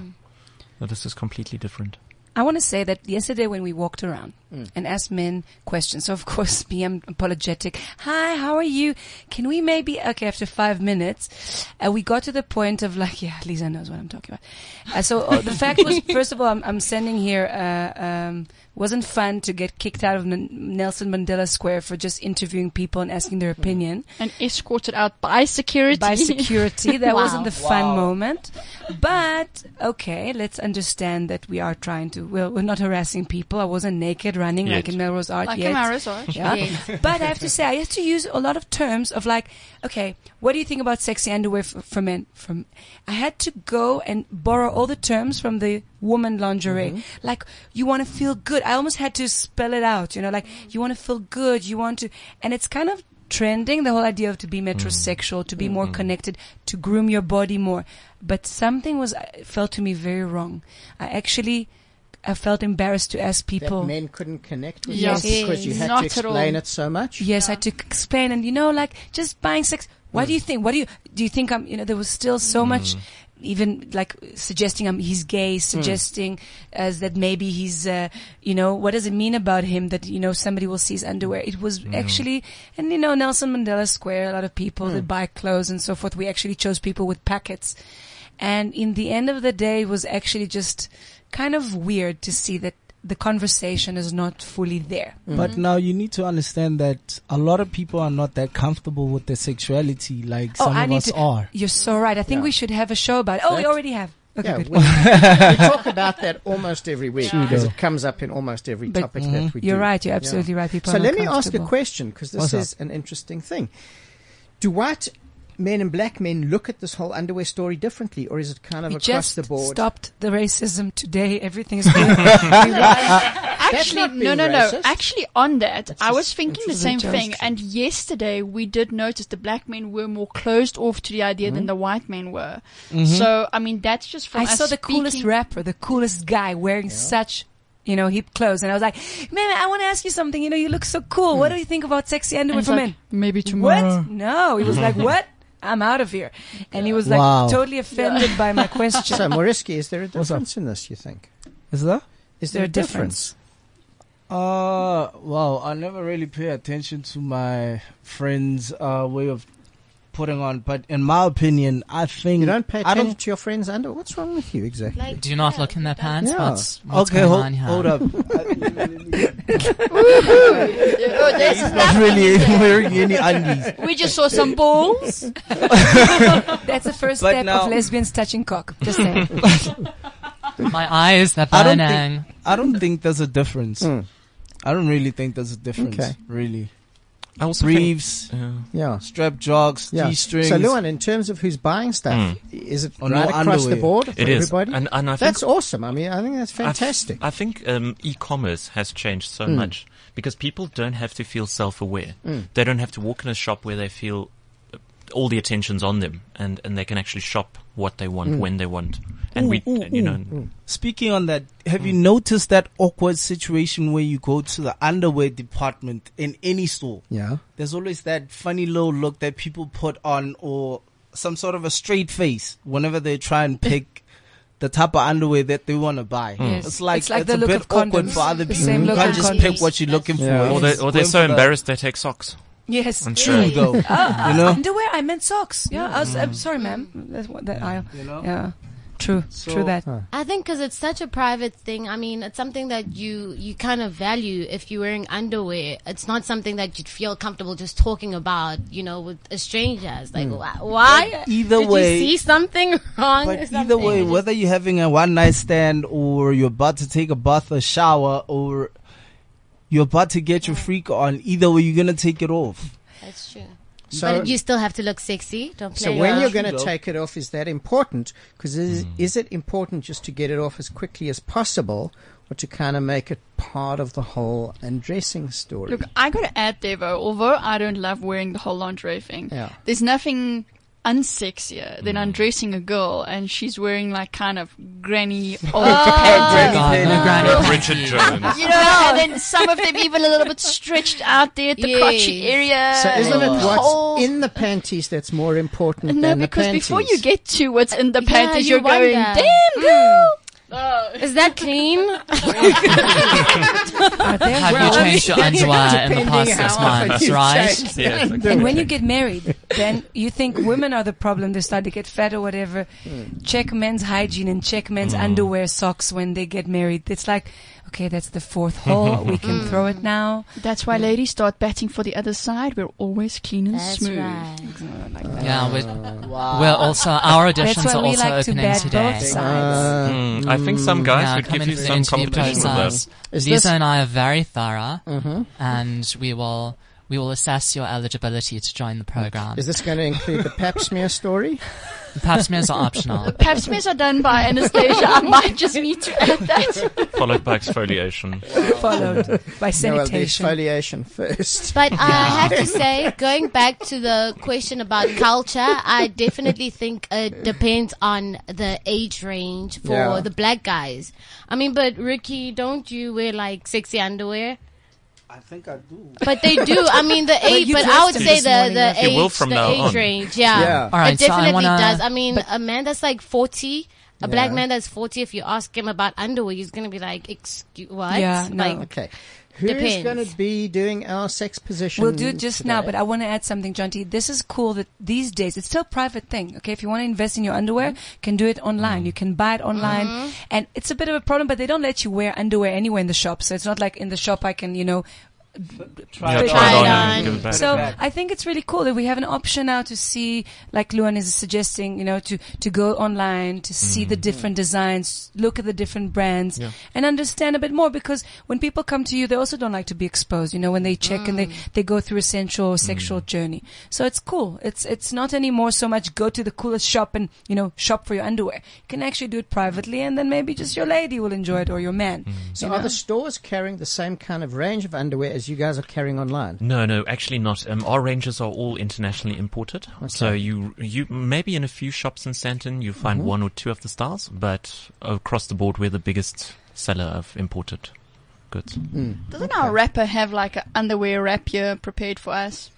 Speaker 5: No, this is completely different.
Speaker 3: I want to say that yesterday when we walked around
Speaker 5: Mm.
Speaker 3: and asked men questions, so of course, me, I'm apologetic. Hi, how are you? Can we maybe, okay, after five minutes, uh, we got to the point of like, yeah, Lisa knows what I'm talking about. Uh, so uh, the fact was, first of all, I'm, I'm sending here, uh, um, wasn't fun to get kicked out of N- Nelson Mandela Square for just interviewing people and asking
Speaker 2: Mm.
Speaker 3: their opinion.
Speaker 2: And escorted out by security.
Speaker 3: By security. That
Speaker 2: Wow.
Speaker 3: wasn't the fun
Speaker 2: Wow.
Speaker 3: moment. But okay, let's understand that we are trying to. Well, we're not harassing people. I wasn't naked running like
Speaker 2: Yet.
Speaker 3: in Melrose Art
Speaker 2: Like in
Speaker 3: yet.
Speaker 2: Melrose Arch.
Speaker 3: Yeah.
Speaker 2: Yes.
Speaker 3: but I have to say, I have to use a lot of terms of like, okay, what do you think about sexy underwear for, for men? From I had to go and borrow all the terms from the woman lingerie. Like you want to feel good. I almost had to spell it out. You know, like you want to feel good. You want to, and it's kind of trending the whole idea of to be metrosexual to be more connected to groom your body more but something was uh, felt to me very wrong i actually i felt embarrassed to ask people
Speaker 1: That men couldn't connect with
Speaker 3: Yes.
Speaker 1: you because you had
Speaker 3: Not
Speaker 1: to
Speaker 3: at
Speaker 1: explain
Speaker 3: all.
Speaker 1: it so much.
Speaker 3: Yes, I had to explain, and you know, like just buying sex. What
Speaker 1: Mm.
Speaker 3: do you think? What do you do? You think I'm? You know, there was still so much, even like suggesting I'm he's
Speaker 1: Mm.
Speaker 3: gay, suggesting as that maybe he's, uh, you know, what does it mean about him that you know somebody will see his underwear? It was
Speaker 1: Mm.
Speaker 3: actually, and you know, Nelson Mandela Square, a lot of people
Speaker 1: Mm.
Speaker 3: that buy clothes and so forth. We actually chose people with packets, and in the end of the day, it was actually just kind of weird to see that the conversation is not fully there.
Speaker 1: Mm.
Speaker 6: But now you need to understand that a lot of people are not that comfortable with their sexuality, like
Speaker 3: Oh,
Speaker 6: some of us are.
Speaker 3: You're so right. I think we should have a show about it. Oh, we
Speaker 1: That-
Speaker 3: already have. Okay,
Speaker 1: yeah,
Speaker 3: good.
Speaker 1: we, we talk about that almost every week
Speaker 3: True,
Speaker 1: because
Speaker 3: though.
Speaker 1: it comes up in almost every
Speaker 3: But
Speaker 1: topic
Speaker 3: mhm.
Speaker 1: that we do.
Speaker 3: you're right, you're absolutely right. People
Speaker 1: so
Speaker 3: are
Speaker 1: let
Speaker 3: not
Speaker 1: me ask a
Speaker 3: comfortable.
Speaker 1: question because this
Speaker 3: What's
Speaker 1: is an interesting thing. Do white men and black men look at this whole underwear story differently, or is it kind of
Speaker 3: we
Speaker 1: across
Speaker 3: just
Speaker 1: the board?
Speaker 3: stopped the racism today. Everything is good.
Speaker 2: Actually,
Speaker 1: not
Speaker 2: no,
Speaker 1: being
Speaker 2: no,
Speaker 1: racist.
Speaker 2: no. Actually, on that, I was thinking the
Speaker 3: just
Speaker 2: same
Speaker 3: just-
Speaker 2: thing. And yesterday, we did notice the black men were more closed off to the idea than the white men were.
Speaker 1: Mm-hmm.
Speaker 3: Mhm.
Speaker 2: So, I mean, that's just from
Speaker 3: I
Speaker 2: us
Speaker 3: saw the coolest
Speaker 2: speaking-
Speaker 3: rapper, the coolest guy wearing such, you know, hip clothes. And I was like, man, I want to ask you something. You know, you look so cool.
Speaker 1: Hmm.
Speaker 3: What do you think about sexy underwear
Speaker 2: And
Speaker 3: for
Speaker 2: it's
Speaker 3: men?
Speaker 2: like, maybe tomorrow.
Speaker 3: What? No. He was like, what? I'm out of here. And he was like
Speaker 1: Wow.
Speaker 3: totally offended by my question.
Speaker 1: So, Moriski, is there a difference in this? You think?
Speaker 6: Is there?
Speaker 1: Is there, a
Speaker 3: There a difference?
Speaker 1: difference?
Speaker 6: Uh, well, I never really pay attention to my friends' uh, way of putting on, but in my opinion, I think
Speaker 1: You don't pay
Speaker 6: I
Speaker 1: attention
Speaker 6: don't.
Speaker 1: to your friends under. What's wrong with you exactly?
Speaker 4: Do you not look in their pants?
Speaker 1: Yeah.
Speaker 4: What's, what's
Speaker 6: Okay,
Speaker 4: going
Speaker 6: hold-
Speaker 4: on here?
Speaker 6: hold up.
Speaker 2: there's
Speaker 6: He's not really wearing any undies.
Speaker 2: We just saw some balls.
Speaker 3: That's the first
Speaker 6: But
Speaker 3: step
Speaker 6: now-
Speaker 3: of lesbians touching cock. Just saying.
Speaker 4: My eyes, they're
Speaker 6: I don't
Speaker 4: burning.
Speaker 6: think, I don't think there's a difference. I don't really think there's a difference.
Speaker 1: Hmm. Okay.
Speaker 6: Really.
Speaker 5: I also think-
Speaker 6: Briefs,
Speaker 1: yeah.
Speaker 6: strap jogs,
Speaker 1: Yeah.
Speaker 6: T-strings.
Speaker 1: So, Luan, in terms of who's buying stuff, is it
Speaker 6: Or no
Speaker 1: right across the
Speaker 6: underwear.
Speaker 1: board for
Speaker 5: Hmm. It is.
Speaker 1: everybody?
Speaker 5: And- and I think-
Speaker 1: that's awesome. I mean, I think that's
Speaker 5: I th-
Speaker 1: fantastic.
Speaker 5: I think um, e-commerce has changed so
Speaker 1: Mm.
Speaker 5: much because people don't have to feel self-aware.
Speaker 1: Mm.
Speaker 5: They don't have to walk in a shop where they feel uh, all the attention's on them, and, and they can actually shop what they want
Speaker 6: Mm.
Speaker 5: when they want. And we,
Speaker 6: Ooh, ooh,
Speaker 5: Mm. you know,
Speaker 3: Mm.
Speaker 5: Mm.
Speaker 6: ooh. Speaking on that, have you noticed that awkward situation where you go to the underwear department in any store?
Speaker 1: Yeah.
Speaker 6: There's always that funny little look that people put on, or some sort of a straight face whenever they try and pick. The type of underwear that they want to buy.
Speaker 5: Mm. Yes.
Speaker 6: It's like
Speaker 3: It's like
Speaker 6: it's
Speaker 3: the
Speaker 6: a
Speaker 3: look
Speaker 6: bit
Speaker 3: of
Speaker 6: awkward
Speaker 3: condoms.
Speaker 6: for other
Speaker 3: The
Speaker 6: people.
Speaker 3: same
Speaker 6: you
Speaker 3: look
Speaker 6: can't
Speaker 3: of
Speaker 6: just pick
Speaker 3: condoms.
Speaker 6: what you're looking for.
Speaker 5: or, they, or they're
Speaker 6: Going
Speaker 5: so
Speaker 6: for the-
Speaker 5: embarrassed they take socks.
Speaker 3: Yes,
Speaker 5: I'm
Speaker 3: true.
Speaker 5: sure.
Speaker 6: though,
Speaker 3: Ah,
Speaker 6: you know?
Speaker 3: underwear. I meant socks. Yeah, I was, I'm
Speaker 6: Mm.
Speaker 3: sorry, ma'am. That's what that I.
Speaker 6: You know?
Speaker 3: Yeah, true, true that.
Speaker 7: I think because it's such a private thing. I mean, it's something that you you kind of value if you're wearing underwear. It's not something that you'd feel comfortable just talking about, you know, with a stranger. It's like,
Speaker 6: Mm.
Speaker 7: wh- why?
Speaker 6: But either
Speaker 7: Did
Speaker 6: way-
Speaker 7: you see something wrong? or
Speaker 6: But either
Speaker 7: something?
Speaker 6: way,
Speaker 7: You just-
Speaker 6: whether you're having a one night stand or you're about to take a bath or shower or you're about to get your freak on, either way, you're gonna take it off.
Speaker 7: that's true.
Speaker 1: So-
Speaker 7: but you still have to look sexy. Don't play.
Speaker 1: So when
Speaker 7: around.
Speaker 1: you're going to take it off, is that important? Because is, is it important just to get it off as quickly as possible, or to kind of make it part of the whole undressing story?
Speaker 2: Look, I gotta add, Devo, although I don't love wearing the whole lingerie thing,
Speaker 1: Yeah.
Speaker 2: there's nothing unsexier than undressing a girl and she's wearing like kind of granny old
Speaker 4: Oh.
Speaker 2: pants.
Speaker 5: Richard Jones.
Speaker 2: You know, and then some of them even a little bit stretched out there at the crotchy area.
Speaker 1: so isn't it
Speaker 2: and
Speaker 1: what's
Speaker 2: uh, whole-
Speaker 1: in the panties that's more important
Speaker 2: No,
Speaker 1: than the
Speaker 2: because
Speaker 1: panties?
Speaker 2: before you get to what's in the panties,
Speaker 7: you
Speaker 2: you're going,
Speaker 7: wonder.
Speaker 2: damn girl! Oh.
Speaker 7: Is that clean?
Speaker 4: Have you changed your underwear Uh, in the past six months, right?
Speaker 3: And when you get married, then you think women are the problem. They start to get fat or whatever.
Speaker 6: Hmm.
Speaker 3: Check men's hygiene and check men's underwear, socks when they get married. It's like, okay, that's the fourth hole. We can
Speaker 2: Mm.
Speaker 3: throw it now.
Speaker 2: That's why ladies start batting for the other side. We're always clean and
Speaker 3: That's
Speaker 2: smooth. Mm,
Speaker 3: right.
Speaker 4: Yeah, we're, we're also, our auditions
Speaker 2: That's
Speaker 4: are
Speaker 2: why we
Speaker 4: also
Speaker 2: like to
Speaker 4: opening
Speaker 2: bat
Speaker 4: today.
Speaker 2: both
Speaker 5: sides. Mm, I think some guys
Speaker 4: Yeah,
Speaker 5: would
Speaker 4: come
Speaker 5: give
Speaker 4: in
Speaker 5: you
Speaker 4: for the
Speaker 5: some
Speaker 4: interview
Speaker 5: competition with
Speaker 4: process.
Speaker 5: that.
Speaker 1: Is
Speaker 4: Lisa
Speaker 1: this-
Speaker 4: and I are very thorough,
Speaker 2: Mm-hmm.
Speaker 4: and we will, we will assess your eligibility to join the program.
Speaker 1: is this going to include the pap smear story?
Speaker 4: Pap smears are optional.
Speaker 2: Pap smears are done by Anastasia. I might just need to add that.
Speaker 5: Followed by exfoliation.
Speaker 3: Followed by
Speaker 1: No, well, the
Speaker 3: sanitation.
Speaker 1: exfoliation first.
Speaker 7: But I have to say, going back to the question about culture, I definitely think it depends on the age range for
Speaker 9: Yeah.
Speaker 7: the black guys. I mean, but Ricky, don't you wear like sexy underwear?
Speaker 6: I think I do.
Speaker 7: But they do. I mean, the
Speaker 9: Well,
Speaker 7: age.
Speaker 9: you
Speaker 7: But
Speaker 9: dressed
Speaker 7: I would
Speaker 9: him
Speaker 7: say
Speaker 9: this
Speaker 7: the
Speaker 9: morning,
Speaker 7: the
Speaker 9: yeah.
Speaker 7: age,
Speaker 9: He will from
Speaker 7: the
Speaker 9: now
Speaker 7: age
Speaker 9: on.
Speaker 7: range. Yeah,
Speaker 9: Yeah. All right,
Speaker 7: it
Speaker 4: so I
Speaker 7: definitely
Speaker 4: wanna-
Speaker 7: does. I mean, a man that's like forty. A black
Speaker 1: Yeah.
Speaker 7: man that's forty. If you ask him about underwear, he's gonna be like, "Excuse what?" Like,
Speaker 1: okay. Who is
Speaker 7: depends.
Speaker 1: going to be doing our sex position?
Speaker 3: We'll do it just now,
Speaker 1: today?
Speaker 3: but I want to add something, John T. This is cool that these days it's still a private thing. Okay, if you want to invest in your underwear,
Speaker 1: Mm-hmm.
Speaker 3: you can do it online. You can buy it online,
Speaker 9: Mhm.
Speaker 3: and it's a bit of a problem, but they don't let you wear underwear anywhere in the shop. So it's not like in the shop I can, you know.
Speaker 5: Try it try it on. on and give it back.
Speaker 3: So
Speaker 5: Put it back.
Speaker 3: I think it's really cool that we have an option now to see, like Luan is suggesting, you know, to, to go online, to see the different designs, look at the different brands
Speaker 9: Yeah.
Speaker 3: and understand a bit more because when people come to you, they also don't like to be exposed, you know, when they check and they, they go through a sensual or sexual journey. So it's cool. It's, it's not anymore so much go to the coolest shop and, you know, shop for your underwear. You can actually do it privately and then maybe just your lady will enjoy it or your man.
Speaker 1: So
Speaker 3: you
Speaker 1: are
Speaker 3: know?
Speaker 1: the stores carrying the same kind of range of underwear as you guys are carrying online?
Speaker 5: No, no, actually not. Um, our ranges are all internationally imported. So you, you maybe in a few shops in Stanton you find
Speaker 1: Mhm.
Speaker 5: one or two of the styles, but across the board we're the biggest seller of imported goods.
Speaker 2: Doesn't our rapper have like an underwear wrap here prepared for us?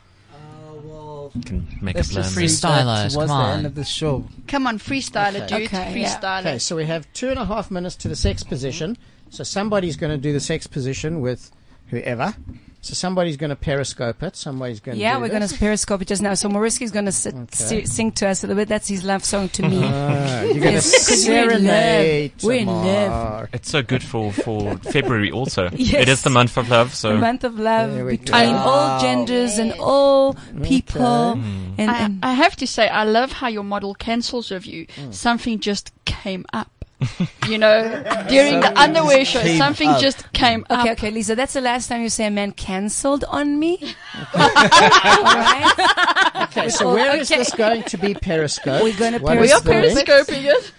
Speaker 5: Can make
Speaker 6: Let's
Speaker 5: a plan.
Speaker 6: just say that was the end of the show.
Speaker 2: Come on, freestyler, dude. freestyler.
Speaker 1: Okay, so we have two and a half minutes to the sex position. So somebody's going to do the sex position with whoever. So somebody's going to periscope it. Somebody's going to
Speaker 3: Yeah,
Speaker 1: do
Speaker 3: we're
Speaker 1: this.
Speaker 3: going to periscope it just now. So Moriski's going to sit, si- sing to us a little bit. That's his love song to me.
Speaker 1: Ah, you're gonna
Speaker 3: Yes, 'cause we're in love.
Speaker 1: serenade
Speaker 3: We're in love.
Speaker 5: It's so good for, for February also.
Speaker 3: Yes.
Speaker 5: It is the month of love, so.
Speaker 3: The month of
Speaker 5: There
Speaker 3: love
Speaker 5: we
Speaker 3: between
Speaker 5: go.
Speaker 3: all genders and all people. And,
Speaker 2: I,
Speaker 3: and
Speaker 2: I have to say, I love how your model cancels review.
Speaker 3: Mm.
Speaker 2: Something just came up. You know, during the
Speaker 3: Something
Speaker 2: underwear
Speaker 3: just
Speaker 2: show,
Speaker 3: came
Speaker 2: something
Speaker 3: up.
Speaker 2: just came up.
Speaker 3: okay, okay, Lisa, that's the last time you say a man cancelled on me. all right.
Speaker 1: Okay, so where is this going to be periscope?
Speaker 3: We're going to
Speaker 1: What
Speaker 3: periscope.
Speaker 1: is the link?
Speaker 2: it.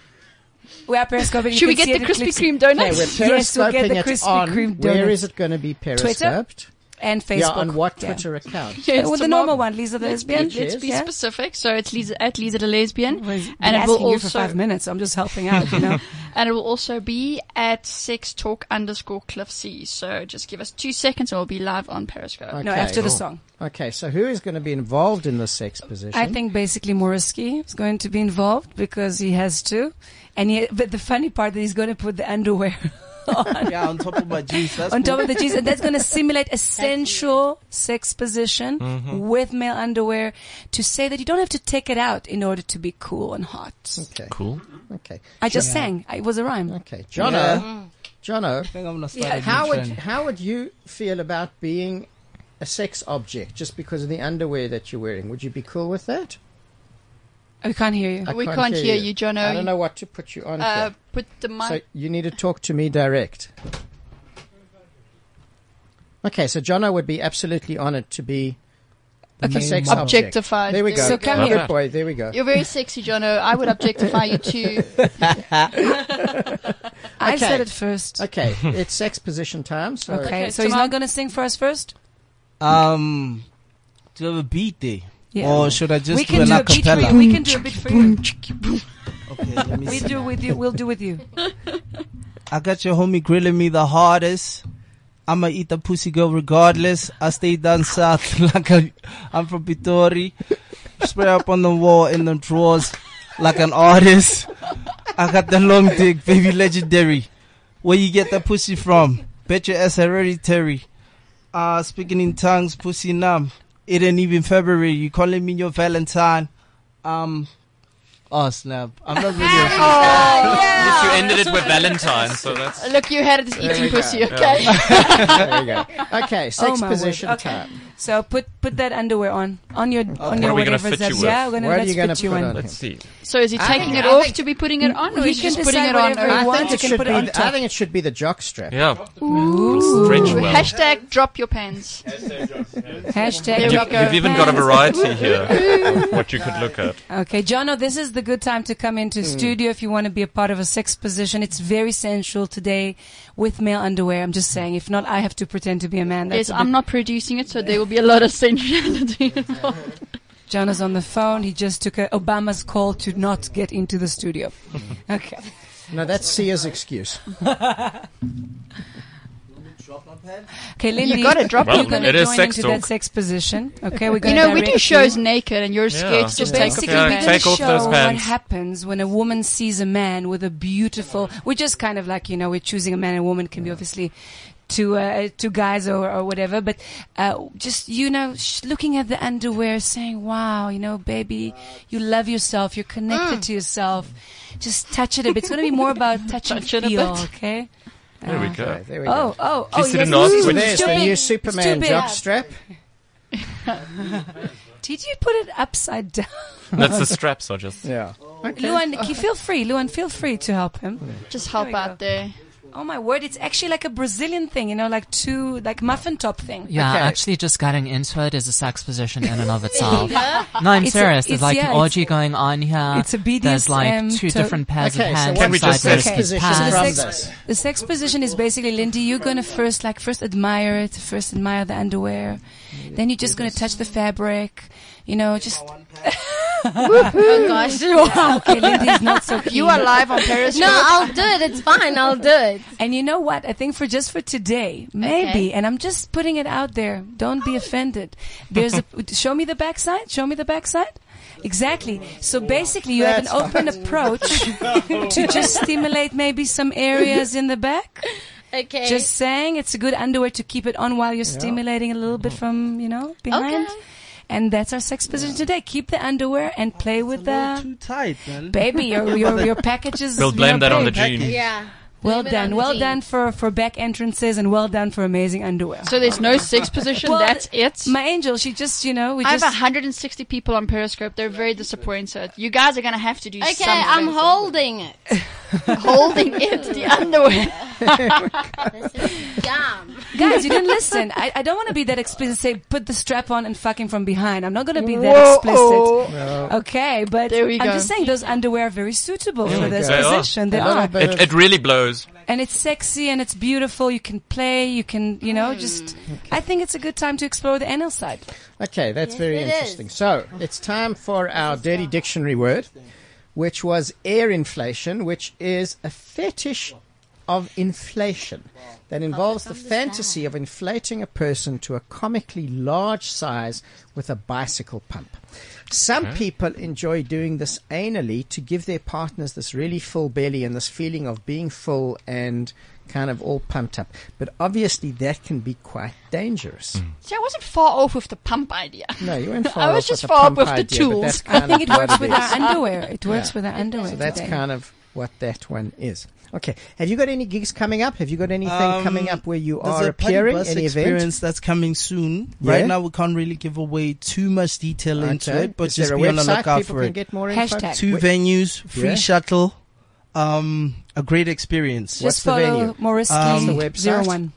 Speaker 3: We are periscoping. You
Speaker 2: Should we get
Speaker 3: can
Speaker 2: the
Speaker 3: see it in
Speaker 2: Krispy
Speaker 3: clips.
Speaker 2: Kreme donuts?
Speaker 1: Okay, we're
Speaker 3: yes, we'll get
Speaker 1: periscoping
Speaker 3: the
Speaker 1: it
Speaker 3: Krispy
Speaker 1: on.
Speaker 3: Kreme donuts.
Speaker 1: Where is it going to be periscoped?
Speaker 3: and Facebook.
Speaker 1: Yeah, on what Twitter account?
Speaker 3: Yes, With the normal one, Lisa the lesbian.
Speaker 2: Let's, let's be
Speaker 3: Yeah.
Speaker 2: specific. So it's Lisa, at Lisa the lesbian,
Speaker 3: been
Speaker 2: and it will
Speaker 3: asking you for
Speaker 2: also
Speaker 3: five minutes. I'm just helping out, you know.
Speaker 2: and it will also be at sex talk underscore cliff c. So just give us two seconds, and we'll be live on Periscope.
Speaker 1: Okay, cool. Okay, so who is going to be involved in the sex position?
Speaker 3: I think basically Moriski is going to be involved because he has to. And he, but the funny part that he's going to put the underwear on.
Speaker 6: yeah, on top of my jeans. That's
Speaker 3: on
Speaker 6: cool.
Speaker 3: top of the jeans, and that's going to simulate a sensual sex position
Speaker 6: Mhm.
Speaker 3: with male underwear to say that you don't have to take it out in order to be cool and hot.
Speaker 1: Okay.
Speaker 5: Cool.
Speaker 1: Okay.
Speaker 3: I just
Speaker 1: Yeah.
Speaker 3: sang. It was a rhyme.
Speaker 1: Okay. Jono,
Speaker 2: Mm.
Speaker 1: Jono,
Speaker 3: start a new
Speaker 1: how would
Speaker 3: trend.
Speaker 1: how would you feel about being a sex object just because of the underwear that you're wearing? Would you be cool with that?
Speaker 3: Oh, We can't hear you.
Speaker 1: I
Speaker 2: we can't hear you, Jono.
Speaker 1: I don't know what to put you on.
Speaker 2: Uh,
Speaker 1: here.
Speaker 2: put the mic.
Speaker 1: So you need to talk to me direct. Okay, so Jono would be absolutely honoured to be
Speaker 2: Okay.
Speaker 1: a sex object.
Speaker 2: Objectified.
Speaker 1: There we go.
Speaker 2: So come Love here.
Speaker 1: Good boy. There we go.
Speaker 2: You're very sexy, Jono. I would objectify you too.
Speaker 3: I
Speaker 1: Okay.
Speaker 3: said it first.
Speaker 1: Okay, it's sex position time. So
Speaker 3: Okay, so he's not going to sing for us first?
Speaker 6: Um, do you have a beat day?
Speaker 3: Yeah.
Speaker 6: Or should I just
Speaker 3: we
Speaker 6: do
Speaker 3: can
Speaker 6: an
Speaker 3: do a
Speaker 6: a
Speaker 3: beat for
Speaker 6: cappella?
Speaker 3: you. We can do a bit for you. okay,
Speaker 6: let me
Speaker 3: we
Speaker 6: see.
Speaker 3: do with you. We'll do with you.
Speaker 6: I got your homie grilling me the hardest. I'ma eat the pussy girl regardless. I stay down south like i I'm from Pitori. Spray up on the wall in the drawers like an artist. I got the long dick, baby legendary. Where you get the pussy from? Bet your ass hereditary. Uh, speaking in tongues, pussy numb. It ain't even February. You calling me your Valentine? Um, oh snap! I'm not really. a-
Speaker 2: Oh,
Speaker 5: Yes, you ended it with Valentine, so that's.
Speaker 2: Look, you had it
Speaker 5: There we
Speaker 2: eating
Speaker 5: go.
Speaker 2: pussy,
Speaker 5: Yeah.
Speaker 2: okay?
Speaker 5: There
Speaker 1: you go. Okay,
Speaker 3: Oh,
Speaker 1: sex
Speaker 3: my word.
Speaker 1: position
Speaker 3: Okay.
Speaker 1: time. Oh.
Speaker 3: So put put that underwear on on your on
Speaker 5: What
Speaker 3: your
Speaker 5: are we gonna
Speaker 3: whatever.
Speaker 5: fit you with?
Speaker 3: Yeah, we're gonna
Speaker 1: What are
Speaker 3: let's
Speaker 1: you gonna
Speaker 3: fit you
Speaker 1: put
Speaker 3: in.
Speaker 1: on?
Speaker 5: Let's see.
Speaker 2: So is he
Speaker 1: I
Speaker 2: taking
Speaker 1: think- I
Speaker 2: it off
Speaker 1: think-
Speaker 2: to be putting it on, or
Speaker 3: He
Speaker 2: is he
Speaker 3: can
Speaker 2: just putting
Speaker 3: decide
Speaker 2: it on?
Speaker 3: whatever he
Speaker 2: over?
Speaker 1: I
Speaker 3: wants.
Speaker 1: think it
Speaker 3: You can
Speaker 1: should
Speaker 3: put
Speaker 1: be.
Speaker 3: it on
Speaker 1: the-
Speaker 3: top.
Speaker 1: I think it should be the jock strap.
Speaker 5: Yeah.
Speaker 2: Ooh.
Speaker 5: Stretch well.
Speaker 2: Hashtag drop your pants.
Speaker 3: Hashtag
Speaker 2: There
Speaker 5: You,
Speaker 2: we go.
Speaker 5: have even got a variety here of what you could look at.
Speaker 3: Okay, Jono, this is the good time to come into
Speaker 1: Hmm.
Speaker 5: Mm.
Speaker 3: studio if you want to be a part of a sex position. It's very sensual today with male underwear. I'm just saying. If not, I have to pretend to be a man. That's
Speaker 2: Yes,
Speaker 3: a
Speaker 2: I'm
Speaker 3: bit-
Speaker 2: not producing it, so there will be a lot of sensuality involved.
Speaker 3: Jono's on the phone. He just took a Obama's call to not get into the studio. Okay.
Speaker 1: No, that's Sia's excuse.
Speaker 3: Okay, Lindy,
Speaker 2: You gotta drop
Speaker 3: you're
Speaker 2: it.
Speaker 3: going to
Speaker 2: It is
Speaker 3: join
Speaker 5: sex
Speaker 3: into
Speaker 5: talk.
Speaker 3: that sex position. Okay, we're
Speaker 2: You
Speaker 3: going
Speaker 2: know, we do shows naked, and you're
Speaker 5: Yeah.
Speaker 2: scared to just
Speaker 5: So
Speaker 2: take off
Speaker 3: Basically,
Speaker 2: your
Speaker 3: we're
Speaker 2: pants.
Speaker 3: going
Speaker 5: Take
Speaker 3: to
Speaker 5: off those
Speaker 3: show what
Speaker 5: pants.
Speaker 3: happens when a woman sees a man with a beautiful. We're just kind of like you know, we're choosing a man and woman can be obviously two uh, two guys or, or whatever, but uh, just you know, sh- looking at the underwear, saying, "Wow, you know, baby, you love yourself. You're connected
Speaker 2: Mm.
Speaker 3: to yourself. Just touch it a bit. It's going to be more about touch, and
Speaker 2: Touch it a
Speaker 3: feel,
Speaker 2: bit.
Speaker 3: okay."
Speaker 5: There we
Speaker 3: Uh,
Speaker 5: go.
Speaker 1: Okay, there we
Speaker 3: Oh,
Speaker 1: go.
Speaker 3: oh, oh!
Speaker 5: Please sit
Speaker 3: yes,
Speaker 5: and ask
Speaker 3: it's
Speaker 5: which-
Speaker 3: too
Speaker 5: There's the
Speaker 3: big.
Speaker 5: new
Speaker 3: It's too
Speaker 1: Superman
Speaker 3: big.
Speaker 1: jockstrap.
Speaker 3: Did you put it upside down?
Speaker 5: That's the straps are just.
Speaker 1: Yeah.
Speaker 3: Luan, can you feel free. Luan, feel free to help him.
Speaker 2: Just help out there.
Speaker 3: Oh my word! It's actually like a Brazilian thing, you know, like two, like muffin top thing.
Speaker 4: Yeah, actually, just getting into it is a sex position in and of itself.
Speaker 3: Yeah.
Speaker 4: No, I'm
Speaker 3: It's a-
Speaker 4: serious. There's
Speaker 3: it's-
Speaker 4: like
Speaker 3: yeah,
Speaker 4: an orgy going on here.
Speaker 3: It's a BDSM.
Speaker 4: There's like two
Speaker 3: um, to-
Speaker 4: different pairs of hands. inside
Speaker 3: Okay.
Speaker 4: versus
Speaker 3: So the
Speaker 4: pants.
Speaker 3: sex- The sex position is basically, Lindy, you're gonna first, like, first admire it, first admire the underwear, then you're just gonna touch the fabric, you know, just.
Speaker 7: oh gosh!
Speaker 3: Wow. Okay, Lindy's not so
Speaker 7: You
Speaker 3: keen.
Speaker 7: are live on Paris No, Hilton. I'll do it. It's fine. I'll do it.
Speaker 3: And you know what? I think for just for today, maybe. And I'm just putting it out there. Don't be offended. There's a show me the backside. Show me the backside. Exactly. So basically, you have an
Speaker 7: That's
Speaker 3: open
Speaker 7: fine.
Speaker 3: approach to just stimulate maybe some areas in the back.
Speaker 7: Okay.
Speaker 3: Just saying, it's a good underwear to keep it on while you're stimulating a little bit from you know behind. And that's our sex position today. Keep the underwear and play with the too
Speaker 6: tight, man.
Speaker 3: baby. Your your your packages.
Speaker 5: We'll
Speaker 3: you
Speaker 5: blame
Speaker 3: know,
Speaker 5: that on
Speaker 3: big.
Speaker 5: the jeans. Yeah.
Speaker 3: Well
Speaker 2: Blame it on
Speaker 3: done.
Speaker 2: the
Speaker 3: Well
Speaker 2: jeans.
Speaker 3: done for for back entrances and well done for amazing underwear.
Speaker 2: So there's no sex position, that's
Speaker 3: it. My angel, she just you know we
Speaker 2: I have
Speaker 3: just
Speaker 2: 160 people on Periscope. They're very disappointed. You guys are going to have to do
Speaker 7: Okay,
Speaker 2: something.
Speaker 7: I'm holding it.
Speaker 2: holding it, the underwear.
Speaker 7: Damn.
Speaker 3: Guys, you didn't listen. I, I don't want to be that explicit. Say, put the strap on and fucking from behind. I'm not going to be that
Speaker 1: Whoa.
Speaker 3: explicit.
Speaker 1: No.
Speaker 3: Okay, but
Speaker 1: There we
Speaker 3: I'm
Speaker 1: go.
Speaker 3: just saying those underwear are very suitable
Speaker 5: Yeah,
Speaker 3: for this
Speaker 5: they are.
Speaker 3: position. They
Speaker 5: A
Speaker 3: are.
Speaker 5: It, it really blows.
Speaker 3: and it's sexy and it's beautiful. You can play. You can, you know, just. I think it's a good time to explore the anal side.
Speaker 1: Okay, that's very
Speaker 3: it
Speaker 1: interesting. So it's time for our dirty dictionary word, which was air inflation, which is a fetish of inflation that involves the fantasy of inflating a person to a comically large size with a bicycle pump. Some
Speaker 9: Okay.
Speaker 1: people enjoy doing this anally to give their partners this really full belly and this feeling of being full and kind of all pumped up. But obviously, that can be quite dangerous.
Speaker 2: See, I wasn't far off with the pump idea.
Speaker 1: No, you weren't far
Speaker 2: I was
Speaker 1: off with
Speaker 2: just
Speaker 1: the
Speaker 2: far
Speaker 1: pump
Speaker 2: off with the
Speaker 1: idea, but that's
Speaker 2: tools.
Speaker 1: kind of what it
Speaker 3: with our
Speaker 1: is.
Speaker 3: underwear. It works with our underwear
Speaker 1: So that's
Speaker 3: today.
Speaker 1: kind of what that one is. Okay. Have you got any gigs coming up? Have you got anything
Speaker 6: Um,
Speaker 1: coming up where you
Speaker 6: there's
Speaker 1: are
Speaker 6: a Putty
Speaker 1: appearing?
Speaker 6: Bus
Speaker 1: Any
Speaker 6: experience
Speaker 1: event?
Speaker 6: that's coming soon. Right
Speaker 1: Yeah?
Speaker 6: now, we can't really give away too much detail into
Speaker 1: Okay.
Speaker 6: it, but
Speaker 1: Is
Speaker 6: just
Speaker 1: there a
Speaker 6: be on the
Speaker 1: website
Speaker 6: lookout
Speaker 1: people
Speaker 6: for
Speaker 1: can
Speaker 6: it.
Speaker 1: get more info? Hashtag.
Speaker 6: Two
Speaker 1: Wait.
Speaker 6: venues, free
Speaker 1: Yeah.
Speaker 6: shuttle, um, a great experience.
Speaker 3: Just What's the follow venue? Moriski What's the website? 01.
Speaker 6: Um,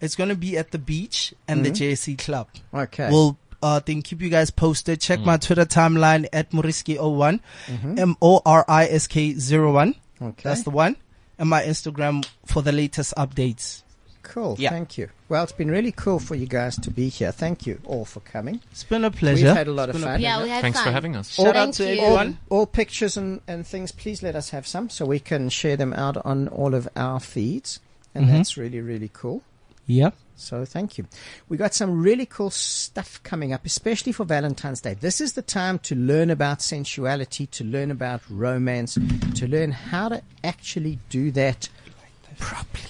Speaker 6: It's going to be at the beach and
Speaker 1: Mhm.
Speaker 6: the JSC Club.
Speaker 1: Okay.
Speaker 6: We'll uh, then keep you guys posted. Check my Twitter timeline at Moriski01,
Speaker 1: Mhm.
Speaker 6: M O R I S K 01.
Speaker 1: Okay.
Speaker 6: That's the one. And my Instagram for the latest updates.
Speaker 1: Cool.
Speaker 6: Yeah.
Speaker 1: Thank you. Well, it's been really cool for you guys to be here. Thank you all for coming. It's
Speaker 6: been a pleasure.
Speaker 1: We've had a lot
Speaker 6: It's
Speaker 1: of
Speaker 6: been a
Speaker 1: fun.
Speaker 6: pleasure. Yeah, we had Thanks for fun. having us.
Speaker 1: All-
Speaker 6: Shout out to Thank you. everyone.
Speaker 1: All, all pictures and, and things, please let us have some so we can share them out on all of our feeds. And
Speaker 6: Mhm.
Speaker 1: that's really, really cool.
Speaker 6: Yeah.
Speaker 1: So thank you. We got some really cool stuff coming up, especially for Valentine's Day. This is the time to learn about sensuality, to learn about romance, to learn how to actually do that properly.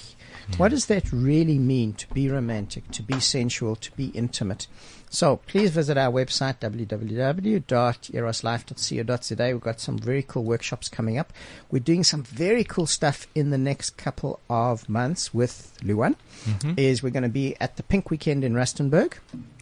Speaker 1: What does that really mean to be romantic, to be sensual, to be intimate? So please visit our website www.eroslife.co.za. We've got some very cool workshops coming up. We're doing some very cool stuff in the next couple of months with Luan.
Speaker 5: Mhm.
Speaker 1: Is we're going to be at the Pink Weekend in Rustenburg.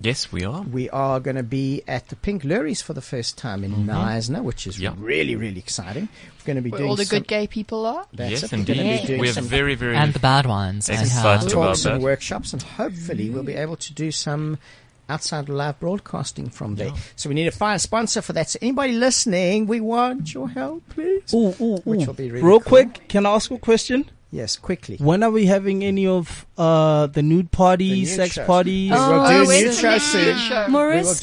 Speaker 5: Yes, we are.
Speaker 1: We are going to be at the Pink Lurie's for the first time in Neisner, which is
Speaker 5: Yeah.
Speaker 1: really really exciting. We're going to be
Speaker 2: Where
Speaker 1: doing
Speaker 2: all the
Speaker 1: some-
Speaker 2: good gay people are.
Speaker 1: That's
Speaker 5: Yes,
Speaker 1: it. We're gonna
Speaker 5: indeed.
Speaker 1: be doing
Speaker 5: We have
Speaker 1: some-
Speaker 5: very, very
Speaker 4: And the bad ones,
Speaker 1: some
Speaker 4: I have.
Speaker 1: talks and workshops, and hopefully we'll be able to do some outside live broadcasting from there. So we need to find a sponsor for that. So anybody listening, we want your help, please.
Speaker 6: Ooh, ooh,
Speaker 1: Which
Speaker 6: ooh.
Speaker 1: will be really
Speaker 6: Real
Speaker 1: cool.
Speaker 6: quick, can I ask a question?
Speaker 1: Yes, quickly.
Speaker 6: When are we having any of uh, the nude parties,
Speaker 1: The nude
Speaker 6: sex
Speaker 1: shows.
Speaker 6: parties?
Speaker 1: We
Speaker 3: Oh,
Speaker 1: will do a nude show soon. We will do a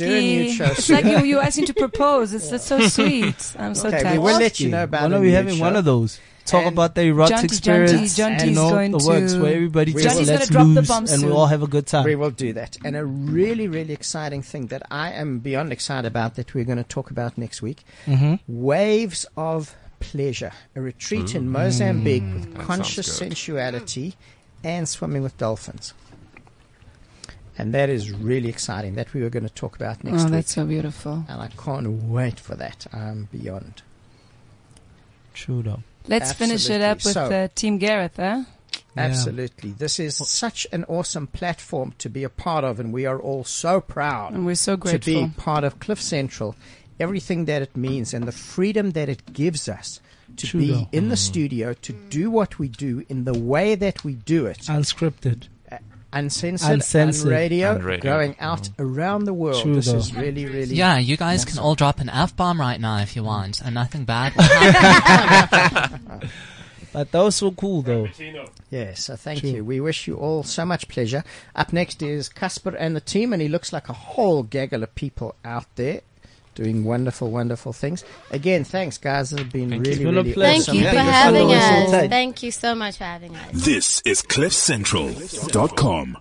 Speaker 1: nude
Speaker 3: Moriski.
Speaker 1: show
Speaker 3: It's
Speaker 1: soon.
Speaker 3: like you, you asking to propose. It's that's so sweet. I'm so
Speaker 1: Okay, we
Speaker 3: touched.
Speaker 1: will let you know about
Speaker 6: When
Speaker 1: the
Speaker 6: are we
Speaker 1: nude
Speaker 6: having
Speaker 1: show.
Speaker 6: one of those? Talk about the erotic
Speaker 3: Jonty, Jonty,
Speaker 6: experience,
Speaker 3: Jonty's
Speaker 6: you know,
Speaker 3: going
Speaker 6: the
Speaker 3: to-
Speaker 6: works where everybody
Speaker 1: We
Speaker 6: just
Speaker 1: will-
Speaker 6: lets loose and we all have a good time.
Speaker 1: We will do that. And a really, really exciting thing that I am beyond excited about that we're going to talk about next week
Speaker 6: Mhm.
Speaker 1: Waves of Pleasure, a retreat in
Speaker 6: Ooh.
Speaker 1: Mozambique
Speaker 6: Mm.
Speaker 1: with
Speaker 6: That
Speaker 1: conscious
Speaker 6: sounds good.
Speaker 1: sensuality and swimming with dolphins. And that is really exciting that we were going to talk about next
Speaker 3: Oh,
Speaker 1: week.
Speaker 3: that's so beautiful.
Speaker 1: And I can't wait for that. I'm beyond.
Speaker 6: True, though.
Speaker 3: Let's finish it
Speaker 1: Absolutely.
Speaker 3: up with
Speaker 1: So-
Speaker 3: uh, Team Gareth, eh?
Speaker 1: Absolutely. This is such an awesome platform to be a part of, and we are all so proud.
Speaker 3: And we're so
Speaker 1: To
Speaker 3: grateful.
Speaker 1: be part of Cliff Central, everything that it means, and the freedom that it gives us to
Speaker 6: True
Speaker 1: be
Speaker 6: though.
Speaker 1: in
Speaker 4: Mm.
Speaker 1: the studio, to do what we do in the way that we do it.
Speaker 6: Unscripted.
Speaker 1: Uncensored,
Speaker 6: Uncensored.
Speaker 1: on radio,
Speaker 4: On radio.
Speaker 1: going out around the world.
Speaker 4: True
Speaker 1: this
Speaker 4: though.
Speaker 1: is really, really.
Speaker 4: Yeah, you guys can all drop an F bomb right now if you want, and nothing bad will happen.
Speaker 6: but those were cool, though.
Speaker 1: Yes, so thank you. We wish you all so much pleasure. Up next is Casper and the team, and he looks like a whole gaggle of people out there. doing wonderful, wonderful things. Again, thanks, guys. It's been really,
Speaker 6: Been a
Speaker 1: really
Speaker 6: pleasure.
Speaker 1: awesome.
Speaker 7: Thank you for having
Speaker 1: Awesome.
Speaker 7: us. Thank you so much for having us.
Speaker 9: This is CliffCentral.com.